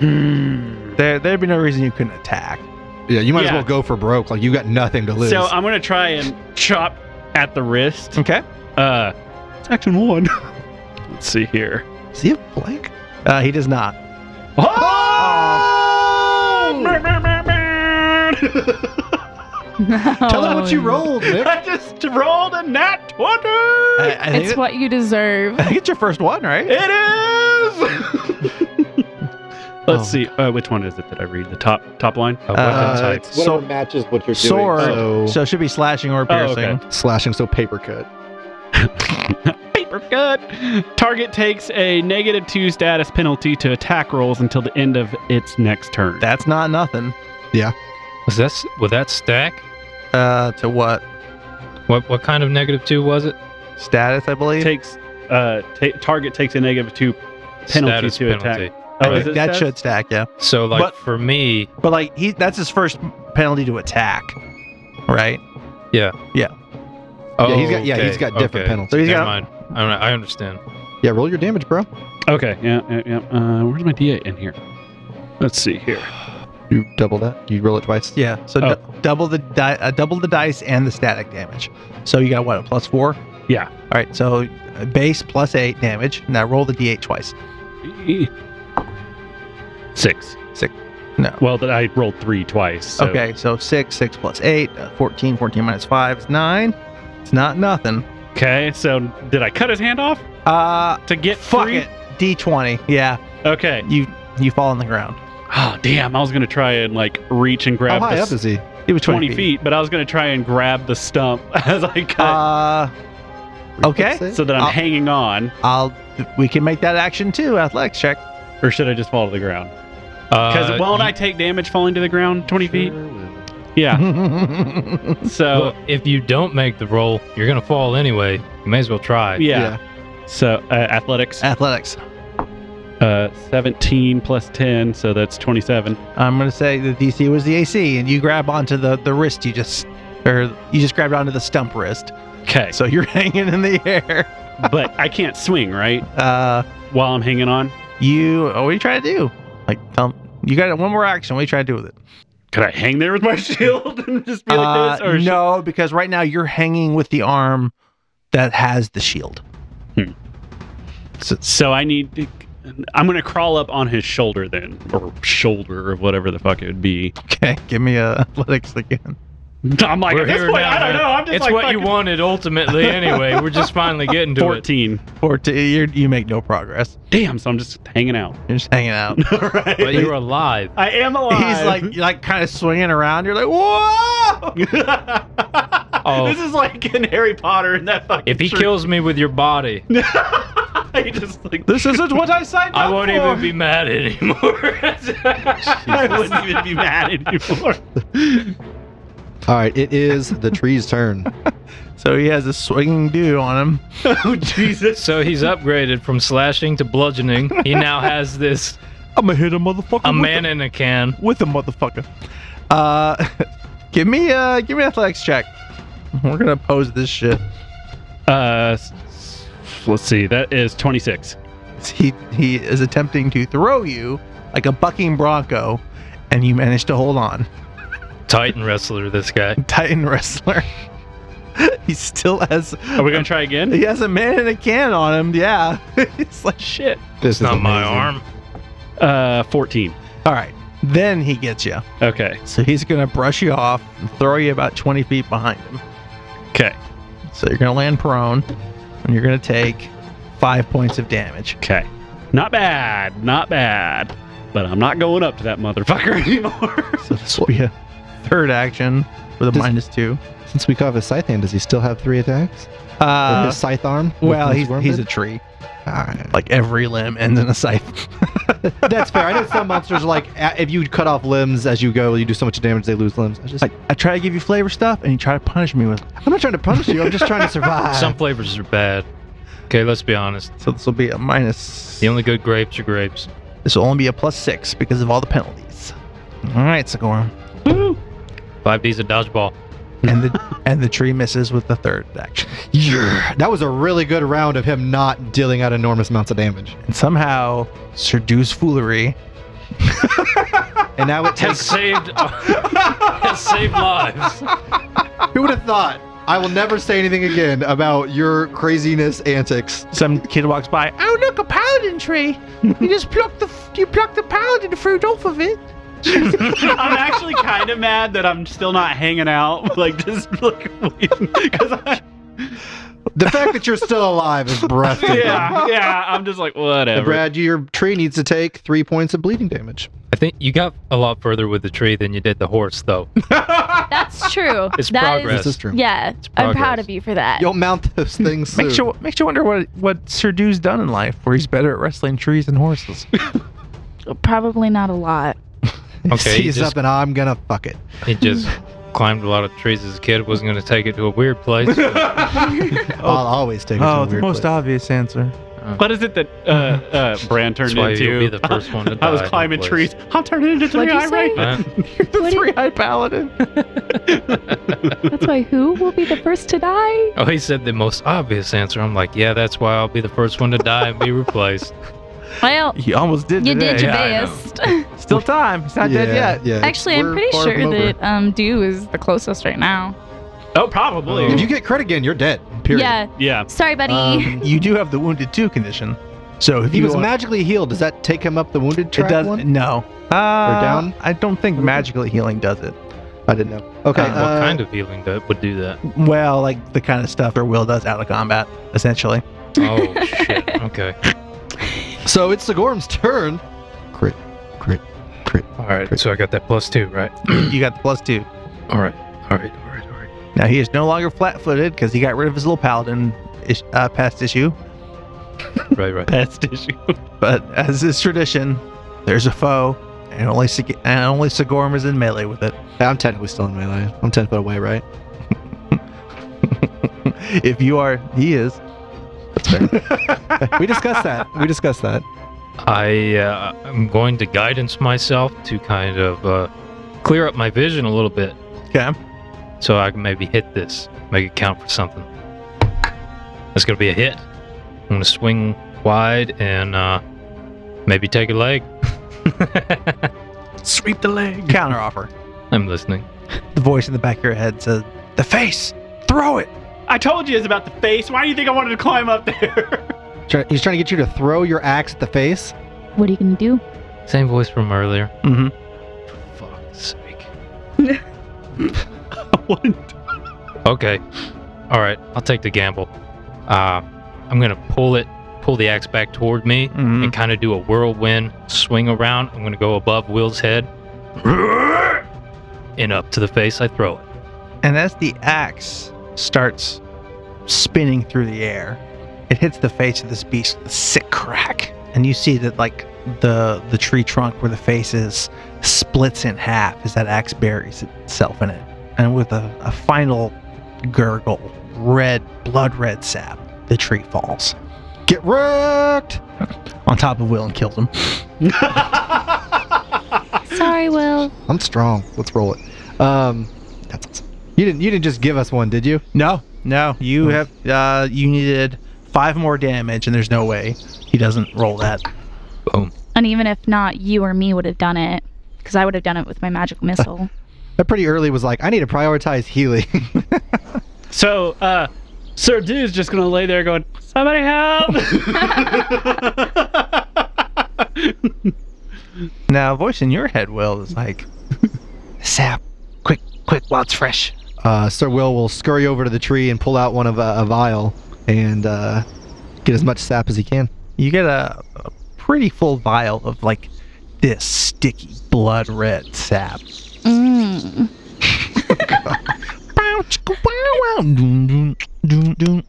Speaker 2: there there'd be no reason you couldn't attack.
Speaker 3: Yeah, you might as
Speaker 7: Yeah.
Speaker 3: well go for broke. Like you got nothing to lose.
Speaker 7: So I'm gonna try and chop at the wrist.
Speaker 2: Okay.
Speaker 7: Uh, it's action one. Let's see here.
Speaker 3: See you blank.
Speaker 2: Uh, he does not.
Speaker 7: Oh!
Speaker 3: Tell them what
Speaker 6: Oh,
Speaker 7: um,
Speaker 3: you rolled, Nick.
Speaker 7: I just rolled a nat twenty.
Speaker 2: I, I think
Speaker 6: It's
Speaker 2: it-
Speaker 6: what you deserve.
Speaker 2: I think it's your first one, right?
Speaker 7: It is. Let's
Speaker 3: Oh.
Speaker 7: see. Uh, which one is it that I read? The top top line.
Speaker 5: A weapon
Speaker 2: Uh,
Speaker 5: type.
Speaker 2: Whatever So-
Speaker 3: matches what you're
Speaker 2: Sword.
Speaker 3: So,
Speaker 2: So it should be slashing or
Speaker 7: Oh, okay.
Speaker 2: piercing.
Speaker 3: slashing, so paper cut.
Speaker 7: Paper cut. Target takes a negative two status penalty to attack rolls until the end of its next turn.
Speaker 2: That's not nothing.
Speaker 5: Was that s- was that stack?
Speaker 2: Uh, to what
Speaker 5: What what kind of negative two was it?
Speaker 2: status? I believe.
Speaker 7: takes uh ta target takes a negative two. Penalty
Speaker 5: Status
Speaker 7: to attack.
Speaker 5: penalty.
Speaker 2: I
Speaker 7: Oh, is
Speaker 2: think
Speaker 7: it
Speaker 2: that
Speaker 7: status?
Speaker 2: should stack, yeah.
Speaker 5: So like
Speaker 2: But-
Speaker 5: for me,
Speaker 2: But like he, that's his first penalty to attack, right?
Speaker 5: oh,
Speaker 3: Yeah, he's got- yeah, he's
Speaker 5: okay,
Speaker 3: got different
Speaker 5: okay.
Speaker 3: penalties.
Speaker 2: So he's
Speaker 5: Never
Speaker 2: got-
Speaker 5: mind. I, don't- I understand.
Speaker 3: Yeah, roll your damage, bro.
Speaker 7: Okay, yeah, yeah, yeah. Uh, where's my D8 in here? Let's see here.
Speaker 3: You double that. You roll it twice.
Speaker 2: Yeah. So
Speaker 7: Oh.
Speaker 2: du- double the di- uh, double the dice and the static damage. So you got what a plus four.
Speaker 7: Yeah.
Speaker 2: All right. So uh, base plus eight damage. Now roll the d8 twice.
Speaker 7: Six.
Speaker 2: Six. No.
Speaker 7: Well, that I rolled three twice. so-
Speaker 2: Okay. So six, six plus eight, uh, 14, 14 minus five is nine. It's not nothing.
Speaker 7: Okay, so did I cut his hand off
Speaker 2: Uh,
Speaker 7: to get
Speaker 2: fuck
Speaker 7: free?
Speaker 2: it. D20. Yeah.
Speaker 7: Okay.
Speaker 2: You you fall on the ground.
Speaker 7: Oh, damn. I was going to try and like reach and
Speaker 3: How
Speaker 7: grab
Speaker 3: high
Speaker 7: the
Speaker 3: up
Speaker 7: s-
Speaker 3: is he?
Speaker 2: It was
Speaker 7: 20 feet, but I was going to try and grab the stump as I cut.
Speaker 2: Uh, Okay.
Speaker 3: Save?
Speaker 7: so that I'm
Speaker 2: I'll-
Speaker 7: hanging on,
Speaker 2: I'll. We can make that action too. Athletics check.
Speaker 7: or should I just fall to the ground? Because
Speaker 5: Uh,
Speaker 7: won't
Speaker 5: you-
Speaker 7: I take damage falling to the ground 20 feet? Yeah. So uh,
Speaker 5: Well, if you don't make the roll, you're gonna fall anyway. You may as well try.
Speaker 7: yeah. So uh, athletics,
Speaker 2: Athletics.
Speaker 7: uh, 17 plus 10, so that's 27.
Speaker 2: I'm gonna say the DC was the AC, and you grab onto the the wrist. You just, or you just grabbed onto the stump wrist.
Speaker 7: Okay.
Speaker 2: So you're hanging in the air.
Speaker 7: but I can't swing right
Speaker 2: Uh,
Speaker 7: while I'm hanging on.
Speaker 2: you. What are you trying to do? Like, tell you got one more action. What are you trying to do with it?
Speaker 7: Could I hang there with my shield and just be like this?
Speaker 2: Uh,
Speaker 7: Or should-
Speaker 2: no, because right now you're hanging with the arm that has the shield.
Speaker 7: So I need to. I'm gonna crawl up on his shoulder then, or shoulder, or whatever the fuck it would be.
Speaker 2: Okay, give me uh, athletics again.
Speaker 7: I'm like,
Speaker 5: We're
Speaker 7: at this
Speaker 5: here
Speaker 7: point,
Speaker 5: now,
Speaker 7: I don't
Speaker 5: man.
Speaker 7: know. I'm just
Speaker 5: it's
Speaker 7: like,
Speaker 5: what you
Speaker 7: fucking
Speaker 5: wanted ultimately anyway. We're just finally getting to it.
Speaker 7: 14.
Speaker 2: Or to, you're, you make no progress.
Speaker 7: Damn, so I'm just hanging out.
Speaker 2: You're just hanging out.
Speaker 7: All right.
Speaker 5: But you're alive.
Speaker 7: I am alive.
Speaker 2: He's like, you're like kind of swinging around. You're like, whoa!
Speaker 5: Oh.
Speaker 7: This is like in Harry Potter in that fucking.
Speaker 5: If he kills me with your body,
Speaker 7: he just like
Speaker 2: This isn't what I signed
Speaker 5: I
Speaker 2: up
Speaker 5: won't
Speaker 2: for.
Speaker 5: even be mad anymore.
Speaker 7: I wouldn't even be mad anymore.
Speaker 3: All right, it is the tree's turn.
Speaker 2: So he has a swinging dew on him.
Speaker 7: oh Jesus!
Speaker 5: so he's upgraded from slashing to bludgeoning. He now has this
Speaker 2: I'm gonna hit a motherfucker.
Speaker 5: a
Speaker 2: with
Speaker 5: man in a can.
Speaker 2: a- with a motherfucker. Uh, give me uh, give me an athletics check. We're gonna pose this shit.
Speaker 7: Uh, s- s- let's see. That is 26.
Speaker 2: He he is attempting to throw you like a bucking bronco, and you manage to hold on.
Speaker 5: Titan wrestler, this guy.
Speaker 2: Titan wrestler. he still has
Speaker 7: Are we gonna try again?
Speaker 2: he has a man in a can on him. Yeah, it's like
Speaker 7: Shit.
Speaker 3: This is
Speaker 5: Not my
Speaker 3: amazing.
Speaker 5: arm.
Speaker 7: Uh, 14.
Speaker 2: all right. Then he gets you.
Speaker 7: Okay.
Speaker 2: So he's gonna brush you off and throw you about twenty feet behind him.
Speaker 7: Okay.
Speaker 2: So you're gonna land prone, and you're gonna take five points of damage.
Speaker 7: Okay. Not bad. Not bad. But I'm not going up to that motherfucker anymore.
Speaker 2: So this will be a third action with a
Speaker 3: Does-
Speaker 2: minus two.
Speaker 3: Since we caught his scythe hand, does he still have three attacks? Or
Speaker 2: Uh,
Speaker 3: his scythe arm? with
Speaker 2: well,
Speaker 3: his
Speaker 2: he's,
Speaker 3: worm
Speaker 2: he's a
Speaker 3: bit?
Speaker 2: tree.
Speaker 3: All right.
Speaker 2: Like every limb ends in a scythe.
Speaker 3: That's fair. I know some monsters are like a- if you cut off limbs as you go, you do so much damage they lose limbs. I just,
Speaker 2: I, I try to give you flavor stuff, and you try to punish me with. it.
Speaker 3: I'm not trying to punish you. I'm just trying to survive.
Speaker 5: Some flavors are bad. Okay, let's be honest.
Speaker 2: So this will be a minus.
Speaker 5: The only good grapes are grapes.
Speaker 2: This will only be a plus six because of all the penalties. All right, Sigorum.
Speaker 5: Five D's a dodgeball.
Speaker 2: And the and the tree misses with the third action.
Speaker 3: Yeah. That was a really good round of him not dealing out enormous amounts of damage.
Speaker 2: And somehow, seduce foolery.
Speaker 3: And now it
Speaker 5: Has
Speaker 3: takes.
Speaker 5: saved has saved lives.
Speaker 3: Who would have thought? I will never say anything again about your craziness antics.
Speaker 2: Some kid walks by. Oh look, a paladin tree. You just pluck the you pluck the paladin fruit off of it.
Speaker 7: I'm actually kind of mad that I'm still not hanging out. Like, just like, because I.
Speaker 3: The fact that you're still alive is breathtaking.
Speaker 7: Yeah, yeah. I'm just like,
Speaker 3: And
Speaker 7: whatever.
Speaker 3: Brad, your tree needs to take three points of bleeding damage.
Speaker 5: I think you got a lot further with the tree than you did the horse, though.
Speaker 6: That's true.
Speaker 5: It's
Speaker 6: That is-
Speaker 5: progress.
Speaker 3: This is true.
Speaker 6: yeah, I'm
Speaker 5: progress.
Speaker 6: proud of you for that.
Speaker 3: You'll mount those things soon.
Speaker 2: Makes you makes you wonder what what Sir Dew's done in life, where he's better at wrestling trees than horses.
Speaker 6: Probably not a lot.
Speaker 5: Okay, he
Speaker 3: Seize
Speaker 5: just,
Speaker 3: up and I'm gonna fuck it.
Speaker 5: he just climbed a lot of trees as a kid. Wasn't going to take it to a weird place. Oh.
Speaker 3: I'll always take it
Speaker 2: Oh,
Speaker 3: to a weird place.
Speaker 2: obvious answer.
Speaker 7: What is it that uh, uh, Brand turned
Speaker 5: That's why
Speaker 7: into?
Speaker 5: you'll be the first one to
Speaker 7: I was
Speaker 5: die in
Speaker 7: climbing
Speaker 5: place.
Speaker 7: trees. I'm turning into three
Speaker 6: What'd you say?
Speaker 7: eye raven.
Speaker 5: Huh?
Speaker 2: the
Speaker 6: What do you-
Speaker 2: three-eyed paladin.
Speaker 6: That's why who will be the first to die?
Speaker 5: oh, he said the most obvious answer. I'm like, yeah, that's why I'll be the first one to die and be replaced.
Speaker 6: Well,
Speaker 2: You almost did.
Speaker 6: you
Speaker 2: today.
Speaker 6: did your
Speaker 5: yeah, I know.
Speaker 6: best.
Speaker 2: Still time. He's not dead yet.
Speaker 3: Yeah.
Speaker 6: Actually, I'm
Speaker 3: We're
Speaker 6: pretty
Speaker 3: far
Speaker 6: sure
Speaker 3: from over.
Speaker 6: that um, Dew is the closest right now.
Speaker 7: Oh, probably.
Speaker 5: Oh.
Speaker 3: If you get crit again, you're dead. Period.
Speaker 6: Yeah.
Speaker 7: Yeah.
Speaker 6: Sorry, buddy.
Speaker 3: Um,
Speaker 2: You do have the wounded two condition. So if
Speaker 3: he
Speaker 2: you
Speaker 3: was
Speaker 2: want-
Speaker 3: magically healed. Does that take him up the wounded
Speaker 2: it
Speaker 3: track
Speaker 2: does
Speaker 3: one?
Speaker 2: no. Uh,
Speaker 3: down?
Speaker 2: I don't think magical healing does it.
Speaker 3: I didn't know. Okay.
Speaker 2: Uh,
Speaker 5: Oh, what
Speaker 3: uh,
Speaker 5: kind of healing that would do that?
Speaker 2: Well, like the kind of stuff their will does out of combat, essentially.
Speaker 5: Oh shit. Okay.
Speaker 3: So it's Sigorm's turn. Crit, crit, crit.
Speaker 5: All right. So I got that plus two, right?
Speaker 2: you got the plus two.
Speaker 5: All right. All right. All right. All right.
Speaker 2: Now he is no longer flat-footed because he got rid of his little paladin ish, uh, past issue,
Speaker 5: Right, right.
Speaker 7: Past issue.
Speaker 2: but as is tradition, there's a foe, and only Sig- and only Sigorm is in melee with it.
Speaker 3: I'm technically still in melee. I'm 10 foot away, right?
Speaker 2: if you are, he is.
Speaker 3: We discussed that. We discussed that.
Speaker 5: I uh, I'm going to guidance myself to kind of uh, clear up my vision a little bit.
Speaker 2: Okay.
Speaker 5: So I can maybe hit this, make it count for something. That's gonna be a hit. I'm gonna swing wide and uh, maybe take a leg.
Speaker 4: Sweep the leg.
Speaker 2: Counter offer.
Speaker 5: I'm listening.
Speaker 2: The voice in the back of your head says, "The face, throw it."
Speaker 4: I told you it was about the face. Why do you think I wanted to climb up there?
Speaker 3: Try- He's trying to get you to throw your axe at the face.
Speaker 6: What are you gonna do?
Speaker 5: Same voice from earlier.
Speaker 2: Mm-hmm.
Speaker 5: Fuck's sake.
Speaker 8: One,
Speaker 5: Okay. All right. I'll take the gamble. Uh, I'm gonna pull it, pull the axe back toward me,
Speaker 3: Mm-hmm.
Speaker 2: Mhm.
Speaker 5: and kind of do a whirlwind swing around. I'm gonna go above Will's head, and up to the face. I throw it.
Speaker 2: And as the axe starts spinning through the air, it hits the face of this beast with a sick crack. And you see that like the the tree trunk where the face is splits in half as that axe buries itself in it. And with a, a final gurgle, red blood red sap, the tree falls
Speaker 3: Get wrecked!
Speaker 2: on top of Will and kills him.
Speaker 6: Sorry, Will.
Speaker 3: I'm strong. Let's roll it. Um, that's awesome. You didn't. You didn't just give us one, did you?
Speaker 2: No, no, you have uh, you needed five more damage, and there's no way he doesn't roll that.
Speaker 6: And even if not, you or me would have done it, because I would have done it with my magic missile.
Speaker 3: I pretty early was like, I need to prioritize healing.
Speaker 7: So, uh, Sir Dude's just gonna lay there going, "Somebody help!"
Speaker 2: Now, a voice in your head, Will, is like, "Sap, quick, quick, while it's fresh."
Speaker 3: uh, Sir Will will scurry over to the tree and pull out one of uh, a vial and uh, get as much sap as he can.
Speaker 2: You get a, a pretty full vial of like this sticky blood red sap.
Speaker 6: Mm. That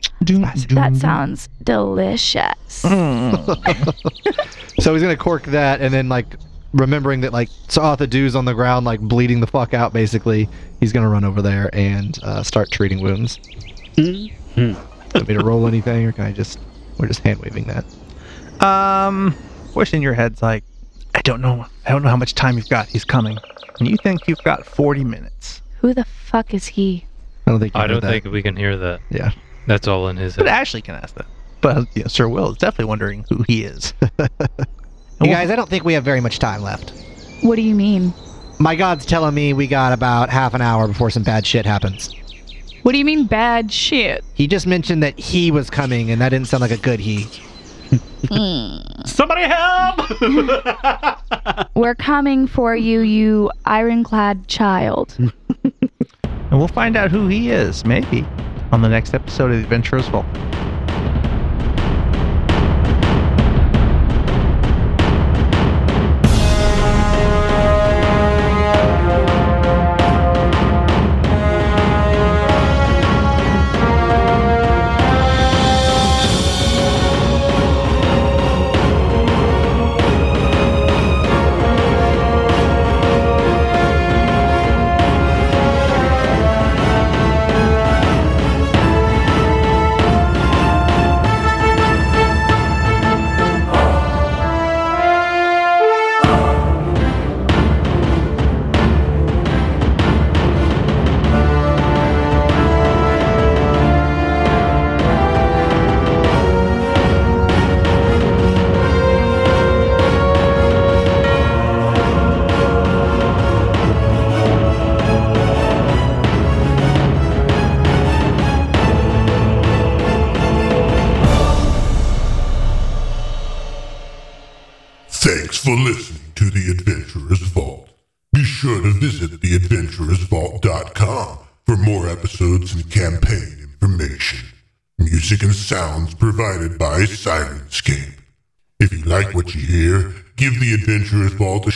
Speaker 2: That
Speaker 6: sounds delicious.
Speaker 3: So he's gonna cork that, and then like remembering that like Saatha Dew's on the ground, like bleeding the fuck out, basically. He's gonna run over there and uh, start treating wounds.
Speaker 5: Mm-hmm.
Speaker 3: Want me to roll anything, or can I just? We're just hand waving that.
Speaker 2: Um, voice in your head's like, "I don't know, I don't know how much time you've got. He's coming." And you think you've got 40 minutes.
Speaker 6: Who the fuck is he?
Speaker 3: I don't think. you
Speaker 5: I
Speaker 3: know
Speaker 5: don't
Speaker 3: that.
Speaker 5: think we can hear that.
Speaker 3: Yeah.
Speaker 5: That's all in his
Speaker 2: But
Speaker 5: head.
Speaker 2: Ashley can ask that. But you know, Sir Will is definitely wondering who he is.
Speaker 3: You guys, I don't think we have very much time left.
Speaker 6: What do you mean?
Speaker 3: My god's telling me we got about half an hour before some bad shit happens.
Speaker 6: What do you mean bad shit?
Speaker 3: He just mentioned that he was coming, and that didn't sound like a good he.
Speaker 4: Somebody help!
Speaker 6: We're coming for you, you ironclad child.
Speaker 2: And we'll find out who he is, maybe, on the next episode of The Adventurous Vault.
Speaker 1: Thanks for listening to The Adventurer's Vault. Be sure to visit theadventurer'svault.com for more episodes and campaign information. Music and sounds provided by Sirenscape. If you like what you hear, give The Adventurer's Vault a